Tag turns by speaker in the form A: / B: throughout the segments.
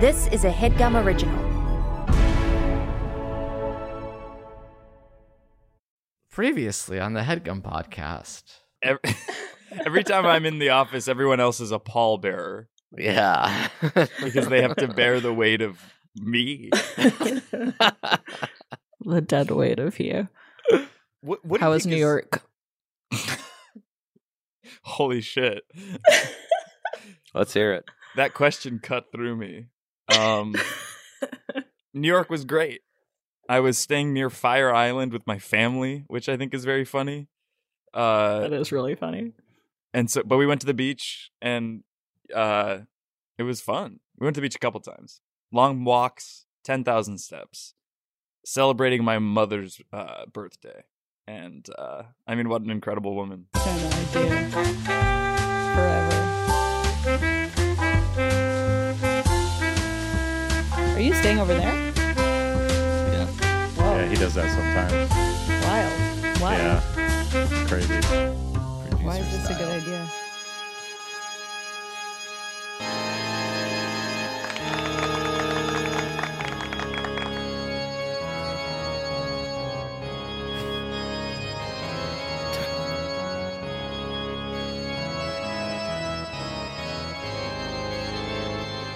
A: This is a headgum original.
B: Previously on the Headgum podcast.
C: Every, every time I'm in the office, everyone else is a pallbearer
B: Yeah.
C: because they have to bear the weight of me.
D: the dead weight of you.
C: What, what do you
D: How is
C: think
D: New York?
C: Holy shit.
E: Let's hear it.
C: That question cut through me. Um, New York was great. I was staying near Fire Island with my family, which I think is very funny. Uh,
D: That is really funny.
C: and so but we went to the beach and uh it was fun we went to the beach a couple times long walks 10,000 steps celebrating my mother's uh birthday and uh i mean what an incredible woman
D: Forever. Are you staying over there?
E: Yeah.
D: Wow.
F: Yeah, he does that sometimes.
D: Wild. Wow.
F: Yeah. Crazy.
D: Why is this a good idea?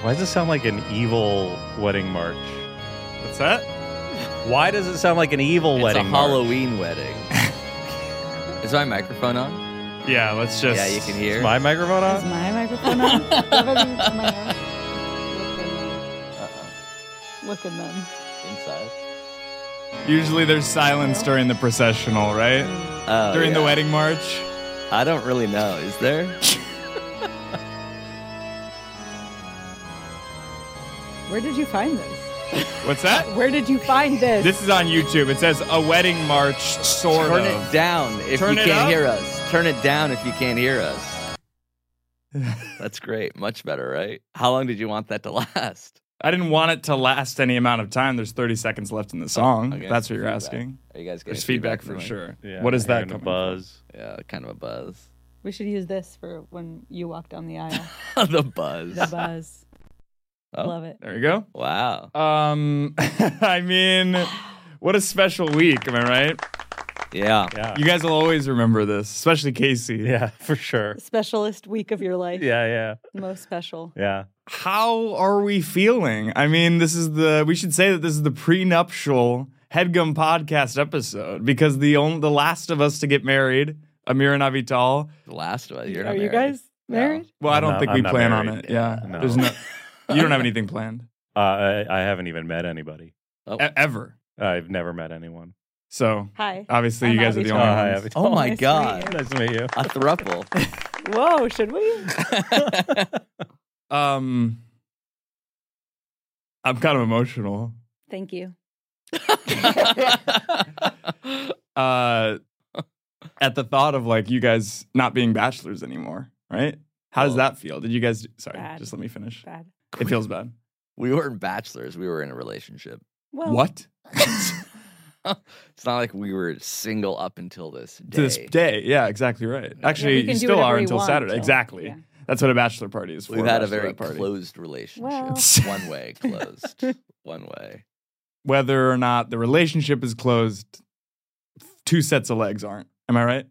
F: Why does it sound like an evil wedding march?
C: what's that
F: Why does it sound like an evil
E: It's a
F: wedding march?
E: Halloween wedding. Is my microphone on?
C: yeah let's just
E: yeah, you can
F: Is
E: hear.
F: my microphone
G: Is
F: on?
G: my microphone on? Everything's my own.
E: Uh-uh.
D: Look at them.
E: Inside.
C: usually there's silence during the processional right
E: Oh, yeah.
C: wedding march
E: I don't really know. Is there?
D: Where did you find this?
C: what's that
D: Where did you find this?
C: is on youtube it says a wedding march sort
E: Turn it down if
C: Turn
E: you
C: it
E: can't
C: up?
E: hear us. Turn it down if you can't hear us. That's great. Much better, right? How long did you want that to last?
C: i didn't want it to last any amount of time there's 30 seconds left in the song
E: okay.
C: if that's what you're
E: Feedback.
C: asking
E: Are you guys getting
C: Oh, There's feedback,
E: from
C: for
E: it?
C: sure.
F: Yeah,
C: what is
F: I'm
C: that
F: hearing a
C: coming
F: buzz?
E: Yeah, kind of a buzz.
D: we should use this for when you walk down the aisle.
E: the buzz.
D: the buzz.
E: Oh,
D: Love it.
C: from? There you
E: Wow.
C: go. Um, I mean, what a special week, am I right?
E: Yeah.
F: Yeah.
C: You guys will always remember this, especially Casey.
F: yeah, for sure.
D: Specialist week of your life.
F: Yeah, yeah,
D: Most special.
F: yeah.
C: How are we feeling? I mean, this is the we should say that this is the prenuptial headgum podcast episode because the only the last of us to get married, Amir and Avital.
E: The last one. You're
D: Are
E: not
D: you
E: married.
D: guys
E: No.
D: married?
C: Well, I
F: I'm
C: don't
F: not-
C: think
F: I'm
C: we
F: not
C: plan on
F: married.
C: it. Yeah,
F: No.
C: there's no. You don't have anything planned
F: Uh, I, I haven't even met anybody.
E: Oh.
C: e- ever.
F: I've never met anyone.
C: So
D: Hi.
C: obviously,
D: I'm
C: you guys are the
D: Avital.
F: Oh,
C: only
F: hi,
C: ones.
F: Abby.
E: Oh my
D: Nice to meet
E: god.
F: Nice to meet you.
E: A thruple.
D: Whoa, should we?
C: Um, I'm kind of emotional.
D: Thank you.
C: Uh, at the thought of like you guys not being bachelors anymore, right? How does
E: Well-
C: that feel? Did you guys? Sorry,
D: Bad.
C: just let me finish.
D: Bad.
C: It feels bad.
E: we weren't bachelors. We were in a relationship.
D: Well,
C: what
E: it's not like we were single up until this day.
C: to this day? Yeah, exactly right. Actually,
D: we
C: you
D: can do
C: still
D: whatever
C: are
D: we
C: until
D: want
C: Saturday.
D: till-
C: Exactly.
D: yeah.
C: That's what a bachelor party is for.
E: We've had a
C: bachelorette
E: very
C: party.
E: closed relationship.
D: Well-
E: One way closed. One way.
C: Whether or not the relationship is closed, two sets of legs aren't. Am I right?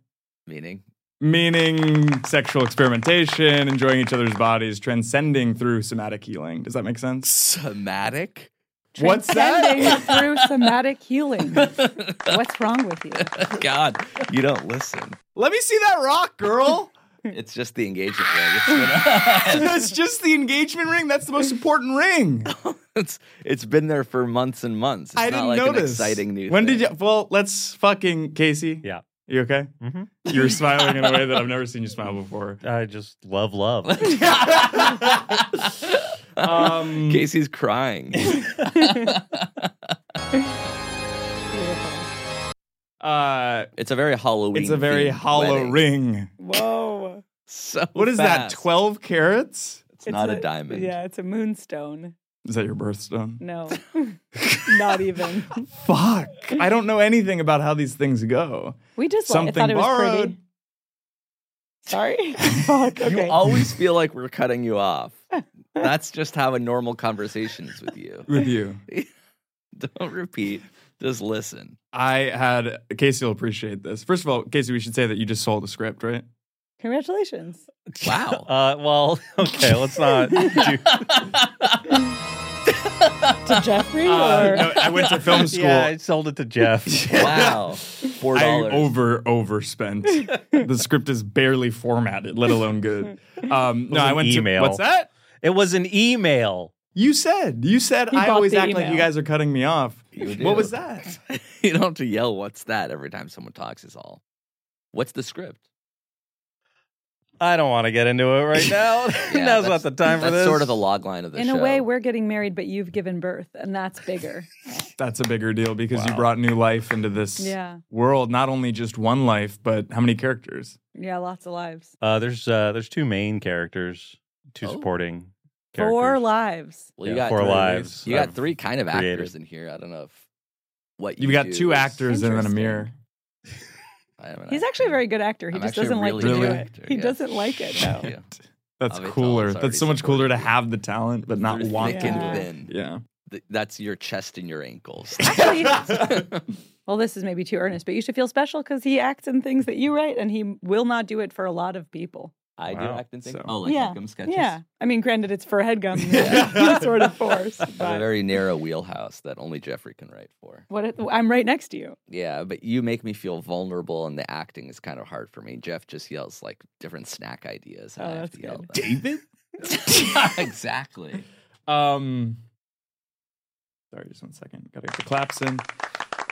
E: Meaning?
C: meaning sexual experimentation, enjoying each other's bodies, transcending through somatic healing. Does that make sense?
E: Somatic?
C: What's
D: Transcending
C: that?
D: through somatic healing. What's wrong with you?
E: God, you don't listen.
C: Let me see that rock, girl.
E: It's just the engagement ring. It's been,
C: That's just the engagement ring. That's the most important ring.
E: it's, it's been there for months and months. It's
C: I
E: not
C: didn't
E: like
C: notice.
E: an exciting new
C: When
E: thing.
C: did you? Well, let's fucking Casey.
F: Yeah.
C: You okay?
F: Mhm.
C: You're smiling in a way that I've never seen you smile before.
F: I just love love.
C: Um,
E: Casey's crying.
D: Beautiful.
C: uh,
E: it's a very Halloween.
C: it's a very
E: themed
C: hollow
E: wedding.
C: ring.
D: Whoa.
E: So
C: What is that?
E: fast.
C: Twelve carats?
E: It's, not a, diamond.
D: Yeah, it's a moonstone.
C: Is that your birthstone?
D: No. Not even.
C: Fuck. I don't know anything about how these things go.
D: We just li-
C: Something
D: thought it was
C: borrowed.
D: pretty. Sorry. Fuck. Okay.
E: You always feel like we're cutting you off. That's just how a normal conversation is with you.
C: with you.
E: Don't repeat. Just listen.
C: I had Casey will appreciate this. First of all, Casey, we should say that you just sold a script, right?
D: Congratulations.
E: Wow.
F: Uh, well, okay, let's not. Do,
D: To Jeffrey
C: Uh,
D: or
C: no, I went to film school.
F: Yeah, I sold it to Jeff.
E: wow. Four
C: I
E: dollars.
C: over overspent. the script is barely formatted, let alone good. Um,
F: was
C: no, I
F: an
C: went
F: email.
C: to what's that?
F: It was an email.
C: You said you said
D: He
C: I
D: bought
C: always
D: the
C: act like you
D: email.
C: guys are cutting me off.
E: You do.
C: What was that?
E: you don't have to yell what's that every time someone talks is all what's the script
F: I don't want to get into it right now.
E: Yeah,
F: Now's
E: that's-
F: not the time for
E: that's
F: this.
E: sort of the log line of the
D: in
E: show
D: a way we're getting married but you've given birth and that's bigger.
C: That's a bigger deal because you
F: Wow.
C: brought new life into this
D: yeah.
C: world. Not only just one life, but how many characters?
D: Yeah, lots of lives.
F: Uh, there's uh, there's two main characters, two
E: Oh.
F: supporting characters.
D: Four lives.
E: well, you
F: yeah,
E: got
F: four
E: three,
F: lives
E: you got
F: I've
E: three kind of
F: created.
E: actors in here i don't know if what you
C: You've got
E: do
C: two
E: is-
C: actors and then a mirror.
E: I have an
D: He's
E: actor.
D: actually a very good actor. He
E: I'm
D: just
E: actually
D: doesn't like
E: really
D: to
C: good
D: do it.
E: actor,
D: He
E: yeah.
D: doesn't like it though.
E: Yeah.
C: That's
E: Avital is
C: cooler.
E: already
C: That's so much cooler to have the talent but not
E: Through
C: want
E: thick
C: it.
E: and
D: Yeah.
E: thin
C: Yeah.
E: Th- that's your chest and your ankles
D: Well, this is maybe too earnest, but you should feel special because he acts in things that you write and he will not do it for a lot of people.
E: i do
F: Wow.
E: act and think
C: So-
E: oh like
D: Yeah.
E: Beckham sketches
D: Yeah. I mean, granted, it's for headgum. Yeah. sort of force.
E: I have a
D: But
E: very narrow wheelhouse that only jeffrey can write for
D: what it, I'm right next to you.
E: Yeah, but you make me feel vulnerable, and the acting is kind of hard for me. Jeff just yells like different snack ideas, and
D: Oh,
E: I have
D: that's
E: to yell.
C: David?
E: them. exactly.
C: Um sorry, just one second. Gotta get the claps in.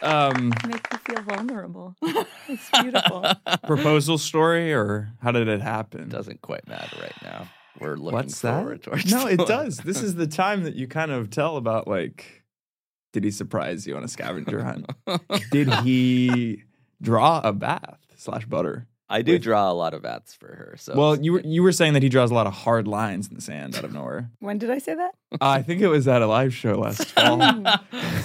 C: Um
D: Make you feel vulnerable. It's beautiful.
C: proposal story or how did it happen?
E: Doesn't quite matter right now. We're looking
C: What's
E: forward
C: that?
E: towards.
C: No, it
E: the-
C: does. This is the time that you kind of tell about like did he surprise you on a scavenger hunt? did he draw a bath slash butter?
E: I do
C: Wait.
E: draw a lot of bats for her. So
C: well,
E: it's-
C: you were you were saying that he draws a lot of hard lines in the sand out of nowhere.
D: when did I say that?
C: uh, I think it was at a live show last fall.
D: Hmm.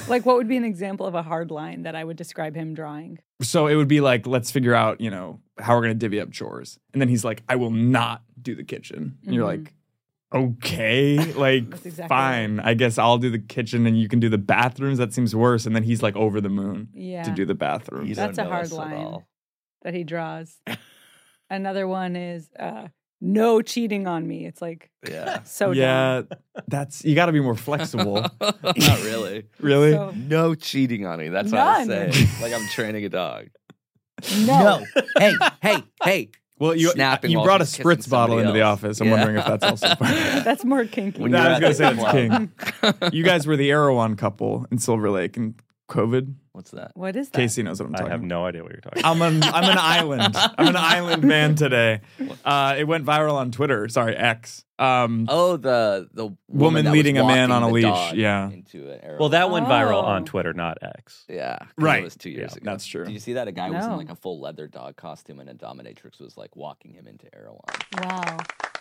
D: Like, what would be an example of a hard line that I would describe him drawing?
C: So it would be like, let's figure out, you know, how we're gonna divvy up chores. And then he's like, I will not do the kitchen. And you're
D: Mhm.
C: like, okay, like
D: That's exactly right.
C: fine. I guess I'll do the kitchen and you can do the bathrooms. That seems worse. And then he's like over the moon
D: Yeah.
C: to do the bathrooms.
E: you
D: That's
E: don't
D: a
E: know
D: hard
E: us at
D: line.
E: all.
D: that he draws. Another one is uh, no cheating on me. It's like
E: Yeah,
D: so
C: yeah, that's you got to be more flexible.
E: not really.
C: really?
D: dumb.
E: No cheating on me. That's what I
D: Oh. None.
E: say. Like I'm training a dog.
D: So, no.
E: hey, hey, hey.
C: well, you
E: Snapping
C: you
E: while
C: brought a
E: she's kissing
C: spritz bottle into
E: somebody
C: the
E: else.
C: office. I'm
E: Yeah.
C: wondering if that's also part of it.
D: That's more kinky.
E: When
C: No,
E: you're
C: I was
E: at
C: gonna say
E: the club.
C: You guys were the Erewhon couple in Silver Lake in COVID.
E: What's that?
D: what is that?
C: Casey knows what I'm talking
F: I have
C: about.
F: no idea what you're talking. about.
C: I'm an I'm an island. I'm an island man today. Uh, it went viral on Twitter. Sorry, X. Um,
E: Oh, the the woman,
C: Woman
E: that was
C: leading a man on
E: walking
C: a
E: the
C: leash,
E: dog
C: yeah.
E: Into an arrow.
F: Well, that went viral
D: Oh.
F: on Twitter, not X.
E: yeah, 'cause
C: Right.
E: It was two years
F: Yeah,
E: ago.
C: that's true.
E: Did you see that? A guy was in
D: No.
E: like a full leather dog costume, and a dominatrix was like walking him into Erewhon.
D: Wow.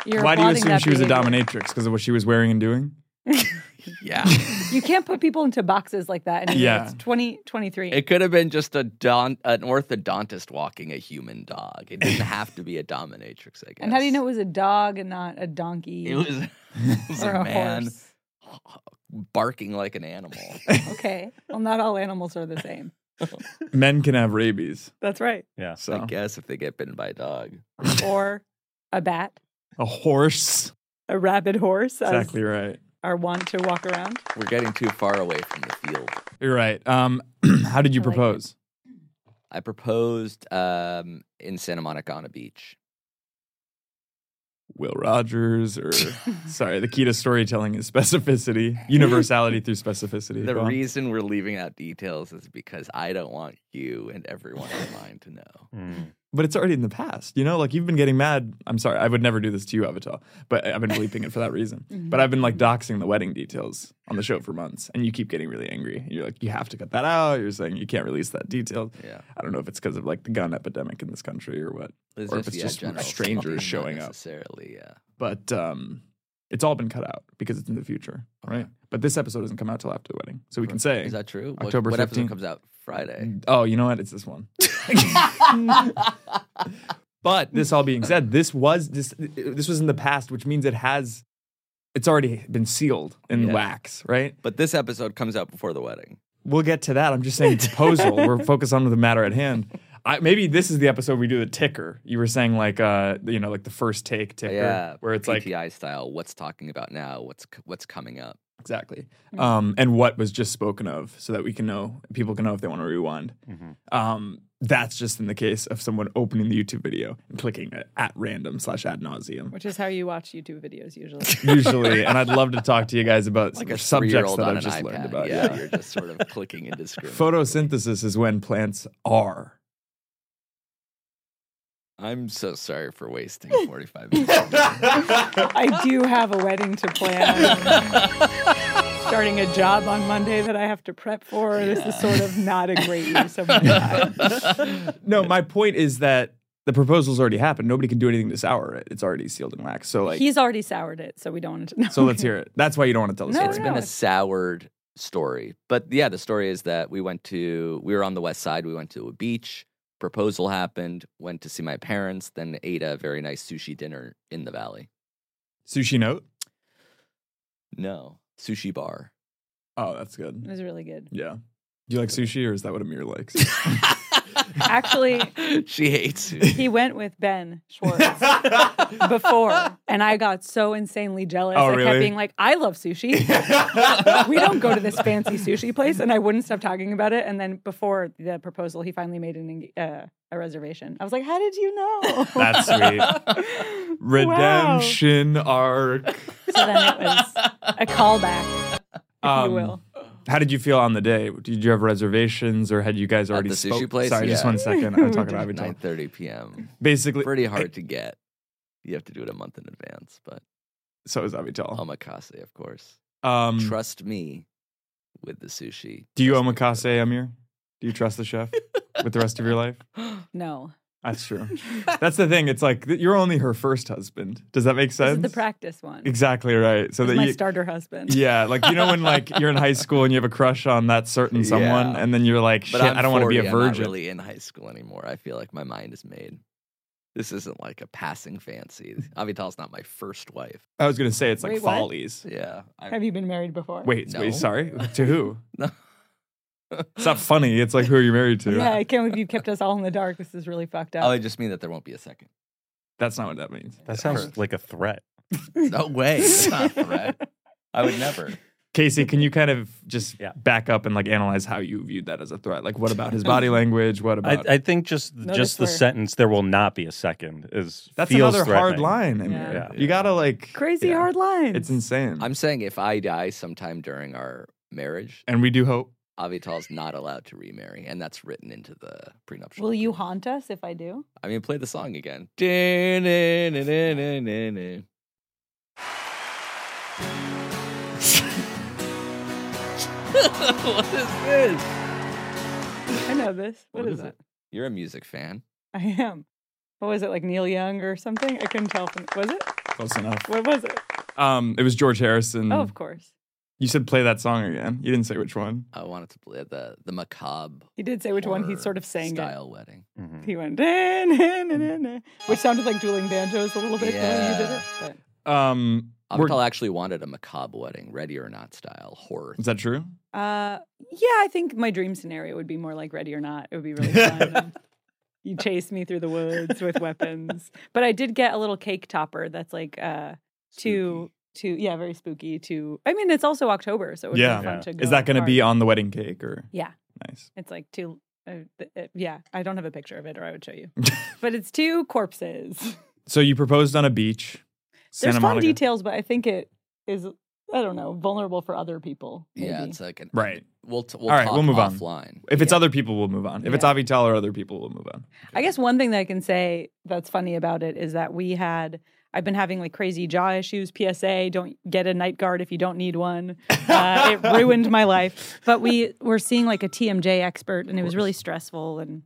D: You're
C: why do you
D: applauding
C: assume
D: that
C: she was a
D: behavior.
C: dominatrix? Because of what she was wearing and doing?
E: Yeah,
D: You can't put people into boxes like that. Anymore.
C: Yeah.
D: It's 2023.
E: it could have been just a don- an orthodontist walking a human dog. It didn't have to be a dominatrix, I guess.
D: and how do you know it was a dog and not a donkey
E: It was, it was
D: or
E: a,
D: a
E: man
D: horse?
E: barking like an animal.
D: Okay. Well, not all animals are the same.
C: Men can have rabies.
D: That's right.
F: Yeah.
C: So
E: I guess if they get bitten by a dog.
D: Or a bat,
C: a horse.
D: a rabid horse, as
C: Exactly right.
D: are wont to walk around.
E: We're getting too far away from the field.
C: You're right. Um, how did you
D: I like it.
C: propose?
E: I proposed um, in Santa Monica on a beach.
C: Will Rogers or sorry, the key to storytelling is specificity, universality through specificity.
E: The
C: Go on.
E: reason we're leaving out details is because I don't want you and everyone online to know.
H: Hmm.
F: Mm.
C: but it's already in the past. You know, like you've been getting mad. I'm sorry, I would never do this to you, Avatar, but I've been bleeping it for that reason. But I've been like doxing the wedding details on the show for months, and you keep getting really angry. You're like, you have to cut that out. You're saying you can't release that detail.
E: Yeah.
C: I don't know if it's because of like the gun epidemic in this country or what,
E: It's
C: or if it's
E: yeah,
C: just
E: general
C: strangers
E: stuff, not
C: showing up.
E: Necessarily, yeah.
C: But um, it's all been cut out because it's in the future,
E: Okay.
C: right? But this episode doesn't come out till after the wedding, so we can say.
E: Is that true? What-
C: October
E: what, episode
C: 15th.
E: comes out Friday?
C: Oh, you know what? It's this one. but this all being said, this was this this was in the past, which means it has it's already been sealed in
E: Yeah.
C: wax, right?
E: But this episode comes out before the wedding.
C: We'll get to that. I'm just saying proposal. we're focused on the matter at hand. I, maybe this is the episode we do the ticker. You were saying like uh you know like the first take ticker
E: yeah,
C: where it's like
E: PTI style. What's talking about now? What's c- what's coming up?
C: exactly um and what was just spoken of so that we can know people can know if they want to rewind. Um that's just in the case of someone opening the YouTube video and clicking it at random slash ad nauseum.
D: which is how you watch YouTube videos usually.
C: Usually, and I'd love to talk to you guys about
E: Like
C: some
E: a
C: subjects
E: three-year-old
C: that
E: on
C: I've
E: an
C: just
E: iPad.
C: learned about.
E: Yeah, you're just sort of clicking indiscriminately.
C: Photosynthesis is when plants are.
E: I'm so sorry for wasting 45 minutes.
D: I do have a wedding to plan. Starting a job on Monday that I have to prep for. This is sort of not a great use of my time.
C: No, my point is that the proposal's already happened. Nobody can do anything to sour it. It's already sealed in wax. So like,
D: He's already soured it, so we don't want to know.
C: so let's hear it. That's why you don't want to tell the
D: No,
C: story.
E: it's been a soured story. But yeah, the story is that we went to we were on the west side. We went to a beach. Proposal happened. Went to see my parents. Then ate a very nice sushi dinner in the valley.
C: Sushi note.
E: No sushi bar.
C: Oh, that's
D: It
C: good.
D: was really good.
C: Yeah. Do you like sushi, or is that what Amir likes?
D: Actually,
E: she hates sushi.
D: he went with Ben Schwartz before, and I got so insanely jealous.
C: Oh,
D: I
C: really?
D: kept being like, I love sushi. we don't go to this fancy sushi place, and I wouldn't stop talking about it. And then before the proposal, he finally made an, uh, a reservation. I was like, How did you know?
C: that's sweet. Redemption arc.
D: So then it was a callback, if
C: Um,
D: you will.
C: How did you feel on the day? Did you have reservations, or had you guys already
E: the sushi
C: spoke-
E: place?
C: Sorry, just
E: Yeah.
C: one second. I'm talking about
E: Nine
C: Avital.
E: thirty p.m.
C: Basically,
E: Pretty hard to get. You have to do it a month in advance, but
C: so is Avital.
E: omakase, of course.
C: Um,
E: Um, Trust me with the sushi.
C: Do you
E: Trust me.
C: omakase, Amir? Do you trust the chef with the rest of your life?
D: No.
C: That's true. That's the thing. It's like th- you're only her first husband. Does that make
D: This
C: sense?
D: is the practice one.
C: Exactly right. So
D: This
C: that
D: is my
C: you,
D: starter husband.
C: yeah, like you know when like you're in high school and you have a crush on that certain someone,
E: Yeah.
C: and then you're like, shit,
E: But I'm
C: I do not want to be
E: 40,
C: a
E: I'm not
C: virgin.
E: really in high school anymore. I feel like my mind is made. This isn't like a passing fancy.
C: Mm.
E: Avital's not my first wife.
C: I was gonna say it's like
D: Wait, what?
C: follies.
E: Yeah. I-
D: Have you been married before?
C: Wait,
E: No.
C: wait, sorry, to who?
E: No.
C: It's not funny. It's like who are you married to?
D: Yeah, I can't believe you kept us all in the dark. This is really fucked
E: Oh,
D: up.
E: I just mean that there won't be a second.
C: That's not what that means.
H: That sounds like a threat.
E: No way. That's not a threat. I would never.
C: Casey, can you kind of just
H: Yeah.
C: back up and like analyze how you viewed that as a threat? Like, what about his body language? What
H: I,
C: about?
H: I think just
D: No,
H: just the
D: that's fair.
H: sentence "there will not be a second is
C: that's
H: feels
C: another hard
H: threatening.
C: line. Amir.
D: Yeah.
C: You gotta like
D: Crazy
C: yeah.
D: hard lines.
C: It's insane.
E: I'm saying if I die sometime during our marriage,
C: and we do hope.
E: Avital's not allowed to remarry, and that's written into the prenuptial.
D: Will you
E: agreement.
D: haunt us if I do?
E: I mean, play the song again. It's
D: I know this.
E: What
D: is, it?
E: is it? You're a music fan.
D: I am. What was it like Neil Young or something? I couldn't tell. From, was it?
C: Close enough.
D: What was it?
C: Um, it was George Harrison.
D: Oh, of course.
C: You said play that song again. You didn't say which one.
E: I wanted to play the the macabre.
D: He did say which one. He
E: horror
D: sort of sang it.
E: style wedding.
H: Mhm.
D: He went, "Da, na, na, na, na," which sounded like dueling banjos a little bit. The way
E: Yeah.
D: you did it.
C: Um, we're-
E: Avital actually wanted a macabre wedding, ready or not style horror.
C: is that true?
D: But, uh, yeah, I think my dream scenario would be more like Ready or Not. It would be really fun. you chase me through the woods with weapons. But I did get a little cake topper that's like uh, two. To, yeah, very spooky. To I mean, it's also October, so it would
C: Yeah.
D: be fun
H: Yeah.
D: to go.
C: Is that going to
D: hard.
C: be on the wedding cake or?
D: Yeah.
C: Nice.
D: It's like two. Uh, th- uh, yeah, I don't have a picture of it, or I would show you. but it's two corpses.
C: So you proposed on a beach. Santa
D: There's fun
C: Monica.
D: details, but I think it is. I don't know, vulnerable for other people. Maybe.
E: Yeah, it's like an
C: Right.
E: We'll t- we'll
C: All right,
E: talk
C: we'll move on.
E: offline.
C: If it's other people, we'll move on. If it's
D: Yeah.
C: Avital or other people, we'll move on.
D: I guess one thing that I can say that's funny about it is that we had. I've been having like crazy jaw issues. PSA: Don't get a night guard if you don't need one. Uh, it ruined my life. But we were seeing like a TMJ expert, and it was really stressful and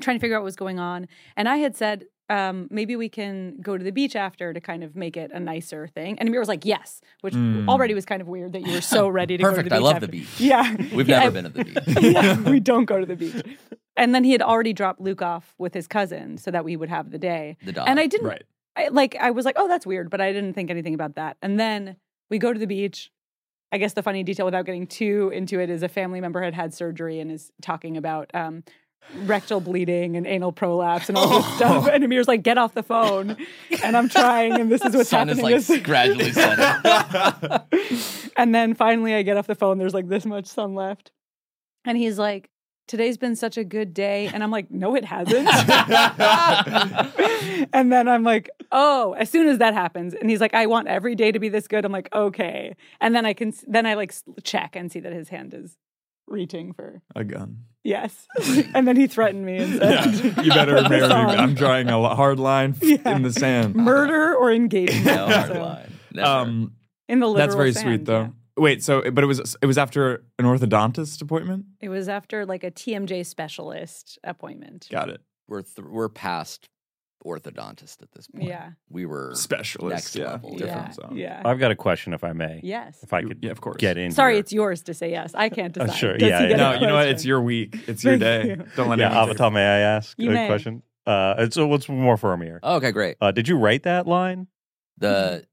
D: trying to figure out what was going on. And I had said, um, maybe we can go to the beach after to kind of make it a nicer thing. And Amir was like, yes, which already was kind of weird that you were so ready to go to
E: Hmm. Perfect,
D: the beach.
E: I love
D: after.
E: the beach.
D: Yeah.
E: We've
D: Yeah, I-
E: never been at the beach.
D: yeah, we don't go to the beach. And then he had already dropped Luke off with his cousin so that we would have the day.
E: The dog.
D: And I didn't
C: Right.
D: I, like I was like, oh, that's weird, but I didn't think anything about that. And then We go to the beach. I guess the funny detail, without getting too into it, is a family member had had surgery and is talking about um, rectal bleeding and anal prolapse and all this stuff. And Amir's like, "Get off the phone," and I'm trying, and this is what's
I: Sun is
D: happening.
I: like
D: This-
I: gradually setting.
D: and then finally, I get off the phone. There's like this much sun left, and he's like, "Today's been such a good day," and I'm like, "No, it hasn't." and then I'm like, "Oh!" As soon as that happens, and he's like, "I want every day to be this good." I'm like, "Okay," and then I can then I like s- check and see that his hand is reaching for
C: A gun.
D: yes, and then he threatened me and
C: Yeah.
D: said.
C: You better marry me.
D: song.
C: I'm drawing a hard line
D: Yeah.
C: in the sand.
D: murder or engagement.
E: No hard
D: So,
E: line. Never.
C: Um,
D: In the literal
C: that's very
D: sand,
C: sweet though.
D: yeah.
C: Wait, so but it was it was after an orthodontist appointment.
D: It was after like a TMJ specialist appointment.
C: Got it.
E: we're th- we're past orthodontist at this point.
D: Yeah.
E: we were
C: Specialist.
E: Next
C: yeah.
E: level,
D: Yeah.
C: Different zone.
D: yeah.
H: I've got a question, if I may.
D: Yes.
H: If I could
C: Yeah, of course.
H: get in.
D: Sorry,
H: here.
D: it's yours to say yes. I can't
C: Oh,
H: Uh,
D: decide.
H: sure,
D: Does
H: yeah,
D: he
H: yeah.
D: get
C: No,
D: a
C: you know what?
D: question?
C: It's your week. It's your
D: Thank
C: day.
D: you.
C: Don't let
H: Yeah,
C: anyone take
H: Avatar, may I ask
D: You
H: a
D: may.
H: question? Uh, it's, so what's more for Amir?
E: Oh, okay, great.
H: Uh, did you write that line?
E: The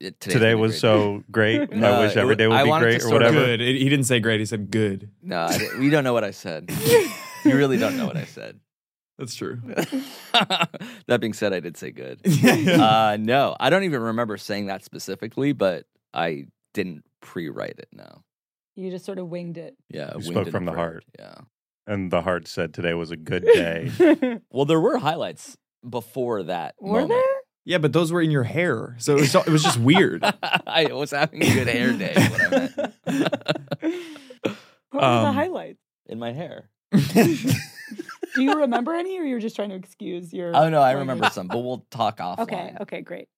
E: it, today's
H: Today
E: been a
H: was
E: great day.
H: so great.
E: No,
H: I wish
E: it
H: every
E: wa-
H: day would
E: I
H: be
E: wanted to
H: great or
E: sort of-
H: whatever.
C: Good. It, he didn't say great. He said good.
E: No, I didn't- we don't know what I said. you really don't know what I said.
C: That's true.
E: that being said, I did say good. Uh, no, I don't even remember saying that specifically, but I didn't pre-write it. No,
D: You just sort of winged it.
E: yeah,
H: You
E: winged
H: spoke
E: it
H: from the
E: afraid.
H: heart.
E: Yeah.
H: And the heart said today was a good day.
E: Well, there were highlights before that.
D: Were
E: moment.
D: there?
C: yeah, but those were in your hair, so it was, it was just weird.
E: I was having a good hair day. is What I meant.
D: What were the
C: Um,
D: highlights?
E: In my hair.
D: Do you remember any, or you were just trying to excuse your?
E: Oh no, I
D: language?
E: remember some, but we'll talk offline.
D: Okay. Okay. Great.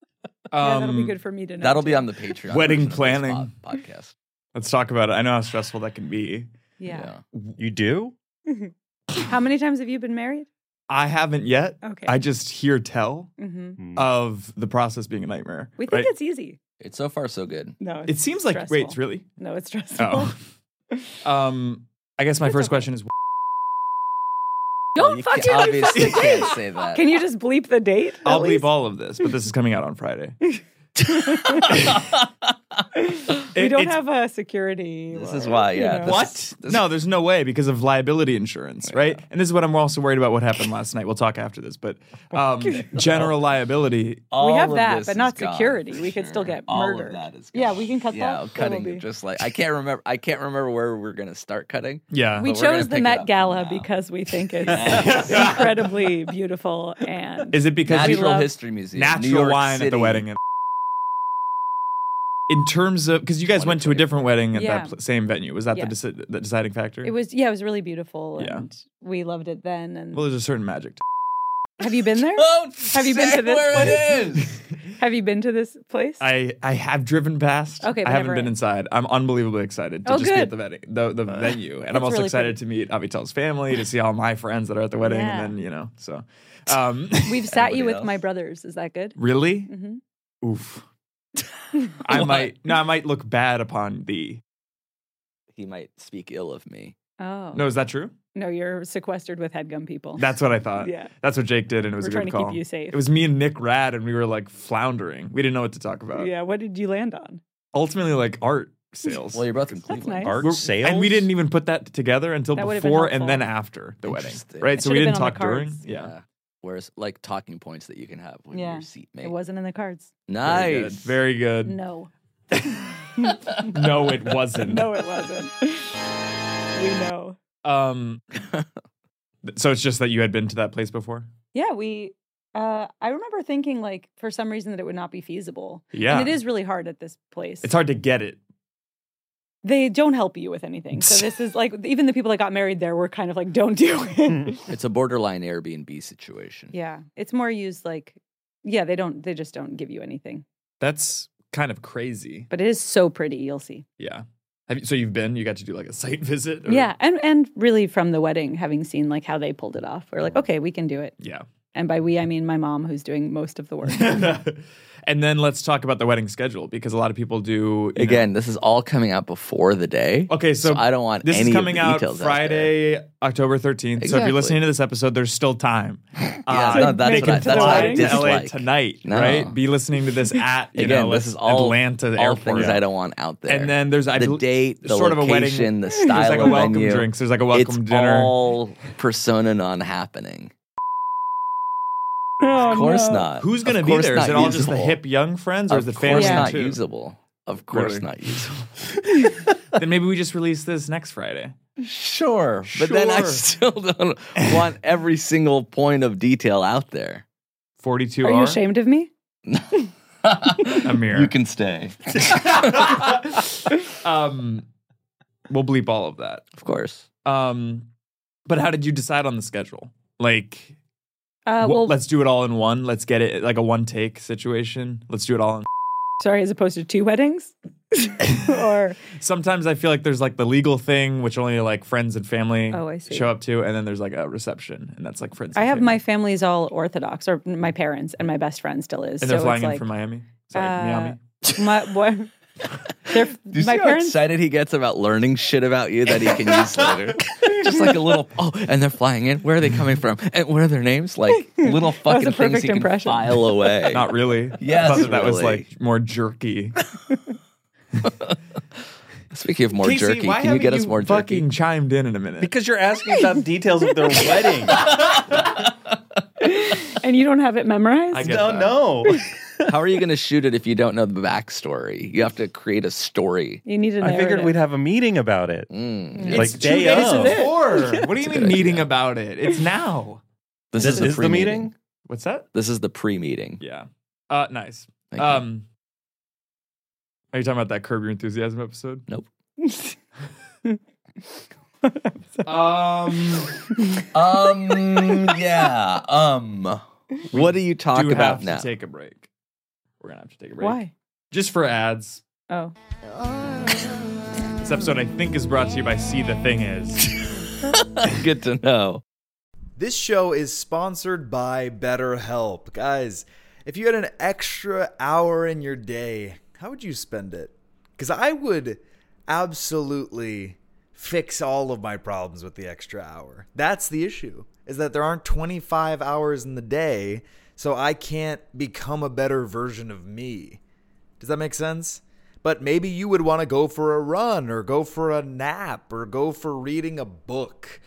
D: yeah,
C: Um,
D: that'll be good for me to know.
E: That'll be
D: too.
E: on the Patreon.
C: Wedding
E: version of this
C: planning.
E: pod- podcast.
C: Let's talk about it. I know how stressful that can be.
D: Yeah.
H: you do?
D: How many times have you been married?
C: I haven't yet.
D: Okay.
C: I just hear tell
D: hmm
H: Hmm.
C: of the process being a nightmare.
D: We think
C: right?
D: it's easy.
E: It's so far so good.
D: No.
C: It
D: It's,
C: seems like wait, it's
D: stressful.
C: really.
D: no. It's stressful.
C: Oh. um, I guess my
D: It's
C: first
D: okay.
C: question is
E: Well,
D: Don't
E: you
D: fucking
E: can,
D: you fucked
E: obviously
D: the date.
E: can't say that.
D: Can you just bleep the date?
C: I'll
D: at
C: bleep
D: least?
C: all of this, but this is coming out on Friday.
D: we
C: It-
D: don't
C: it's-
D: have a security.
E: This is
D: or,
E: why,
D: you
E: yeah,
D: know.
E: this
C: What?
E: is-
C: no, there's no way because of liability insurance, right? And this is what I'm also worried about what happened last night. We'll talk after this, but um, general liability.
E: All
D: We have
E: of
D: that,
E: this
D: but not
E: is gone,
D: security.
E: for
D: We could still get
E: All of
D: murdered.
E: that is
D: Yeah,
E: gone.
D: we can cut
E: yeah,
D: that.
E: I'm
D: That will
E: cutting
D: be-
E: just like I can't remember. I can't remember where we're gonna start cutting.
C: Yeah.
D: We
E: But we're gonna
D: chose the
E: pick it
D: Met
E: up
D: Gala
E: now.
D: because we think it's
E: Yes.
D: incredibly beautiful and
C: is it because you
E: Natural
D: love
E: History Museum, New
C: natural
E: York
C: wine at
E: City.
C: the wedding? And in terms of, because you guys went to a different wedding at
D: Yeah.
C: that pl- same venue. Was that
D: Yeah.
C: the, deci- the deciding factor?
D: it was yeah, it was really beautiful
C: Yeah.
D: and we loved it then and
C: Well, there's a certain magic to
D: have you been there?
E: Don't
D: Have you been
E: say
D: to this
E: where it
D: place?
E: is.
D: Have you been to this place?
C: I I have driven past.
D: Okay, but
C: I haven't
D: never
C: been
D: in.
C: inside. I'm unbelievably excited to
D: Oh,
C: just be at
D: good.
C: the wedding, the, the
E: Uh,
C: venue, and I'm
D: that's
C: also
D: really
C: excited to meet Avitel's family, to see all my friends that are at the wedding,
D: Yeah.
C: and then you know. So, um,
D: We've sat you
E: Everybody
D: with my
E: else.
D: brothers. Is that good?
C: really,
D: Mhm.
C: oof. I
E: What?
C: might no, I might look bad upon thee.
E: He might speak ill of me.
D: Oh
C: No, is that true?
D: No, you're sequestered with headgum people.
C: That's what I thought.
D: Yeah.
C: That's what Jake did, and it was
D: We're
C: a
D: trying
C: good
D: to keep
C: call.
D: you safe.
C: It was me and Nick Rad, and we were like floundering. We didn't know what to talk about.
D: yeah. What did you land on?
C: Ultimately, like art sales.
E: Well, you're both from Cleveland.
D: nice.
H: Art
C: We're-
H: sales?
C: And we didn't even put that together until
D: That would've been
C: before and
D: helpful.
C: then after the wedding.
E: Interesting.
C: Right?
E: It
C: So we didn't
D: should've been on the
C: talk during.
D: cards.
C: Yeah.
E: Whereas, like talking points that you can have with
D: Yeah.
E: your seatmate.
D: It wasn't in the cards.
C: Very good.
E: nice.
C: Very good.
D: No.
C: No, it wasn't.
D: No, it wasn't. we know.
C: Um th- so it's just that you had been to that place before?
D: Yeah, we. Uh, I remember thinking, like, for some reason, that it would not be feasible.
C: Yeah.
D: And it is really hard at this place.
C: It's hard to get it.
D: They don't help you with anything. So this is like, even the people that got married there were kind of like, don't do
C: Mm-hmm.
D: it.
E: It's a borderline Airbnb situation.
D: yeah, it's more used like, yeah, they don't. They just don't give you anything.
C: That's kind of crazy.
D: But it is so pretty. You'll see.
C: Yeah. Have you, so you've been, you got to do like a site visit? or-
D: Yeah, and and really from the wedding, having seen like how they pulled it off, we're like, okay, we can do it.
C: Yeah.
D: And by we, I mean my mom, who's doing most of the work.
C: and And then let's talk about the wedding schedule because a lot of people do you know-
E: Again, this is all coming out before the day.
C: okay, so,
E: I don't want
C: this
E: any
C: is
E: of the
C: coming out
E: details out there.
C: Friday, October thirteenth. So if
E: Exactly.
C: you're listening to this episode, there's still time. yeah,
E: no, that's
C: they
D: what
C: can
D: I- that's what I
C: fly to LA
E: dislike.
C: tonight,
E: No.
C: right? Be listening to this at you
E: Again,
C: know,
E: this is all
C: Atlanta
E: all
C: airport.
E: things I don't want out there.
C: And then there's I
E: the
C: bel-
E: date, the
C: sort
E: location,
C: of a wedding.
E: the
C: there's
E: style
C: like a
E: of
C: welcome
E: venue.
C: drinks. There's like a welcome
E: it's
C: dinner.
E: all persona non happening.
D: Oh,
E: Of course
D: no.
E: not.
C: Who's
E: Of
C: going to be
E: course
C: there?
E: not
C: Is it all just the
E: usable.
C: hip young friends or is
E: Of
C: the
E: course
C: family
E: not
C: too?
E: usable. Of course
C: Really?
E: not usable.
C: Then maybe we just release this next Friday.
E: Sure, but then I
C: Sure.
E: still don't want every single point of detail out there.
C: 42
D: Are you ashamed of me?
C: Amir.
E: You can stay,
C: um, we'll bleep all of that.
E: of course.
C: Um, but how did you decide on the schedule? Like,
D: Uh,
C: wh-
D: well,
C: let's do it all in one. Let's get it like a one take situation. Let's do it all in.
D: sorry, as opposed to two weddings, or
C: Sometimes I feel like there's like the legal thing, which only like friends and family
D: Oh, I see.
C: show up to, and then there's like a reception, and that's like friends.
D: I
C: and
D: have
C: family.
D: my family's all Orthodox, or my parents and my best friend still is.
C: and they're
D: so
C: flying
D: it's
C: in
D: like,
C: from Miami. Sorry,
D: uh,
C: Miami.
D: My, what, they're,
E: Do you
D: my
E: see how
D: parents.
E: excited he gets about learning shit about you that he can use later? Just like a little. Oh, and they're flying in. Where are they coming from? And what are their names? Like little
D: was
E: fucking
D: a
E: things
D: perfect
E: he can
D: impression.
E: file away.
C: Not really. I
E: Yes,
C: thought that, that was
E: really.
C: like more jerky.
E: Speaking of more jerky, can you get us more jerky?
C: Fucking chimed in in a minute.
H: Because you're asking about details of their wedding.
D: and you don't have it memorized?
C: I get
H: No,
C: that.
H: no.
E: How are you going to shoot it if you don't know the backstory? You have to create a story.
D: you need to know.
H: I figured we'd have a meeting about it.
E: Mm.
H: Like
C: It's
H: day of.
C: Before. What do you
E: That's a
C: mean
E: good
C: meeting
E: idea.
C: about it? It's now.
E: This,
H: This
E: is, the
H: is the
E: pre-meeting.
H: meeting?
C: What's that?
E: This is the pre-meeting.
C: Yeah. Uh, nice.
E: Thank you.
C: Um, are you talking about that Curb Your Enthusiasm episode?
E: Nope.
C: um,
E: Um. yeah. Um. What do you talk
C: do
E: about
C: have
E: now?
C: to take a break. We're gonna have to take a break.
D: Why?
C: Just for ads.
D: Oh.
C: This episode, I think, is brought to you by See the Thing Is.
E: Good to know.
I: This show is sponsored by BetterHelp. Guys, if you had an extra hour in your day, how would you spend it? Because I would absolutely fix all of my problems with the extra hour. That's the issue, is that there aren't 25 hours in the day, so I can't become a better version of me. Does that make sense? But maybe you would want to go for a run or go for a nap or go for reading a book.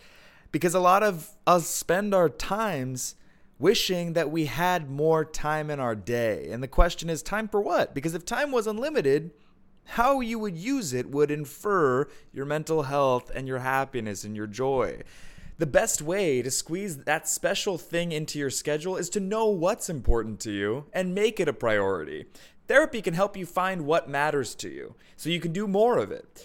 I: Because a lot of us spend our times wishing that we had more time in our day. And the question is time for what? Because if time was unlimited, how you would use it would infer your mental health and your happiness and your joy. The best way to squeeze that special thing into your schedule is to know what's important to you and make it a priority. Therapy can help you find what matters to you so you can do more of it.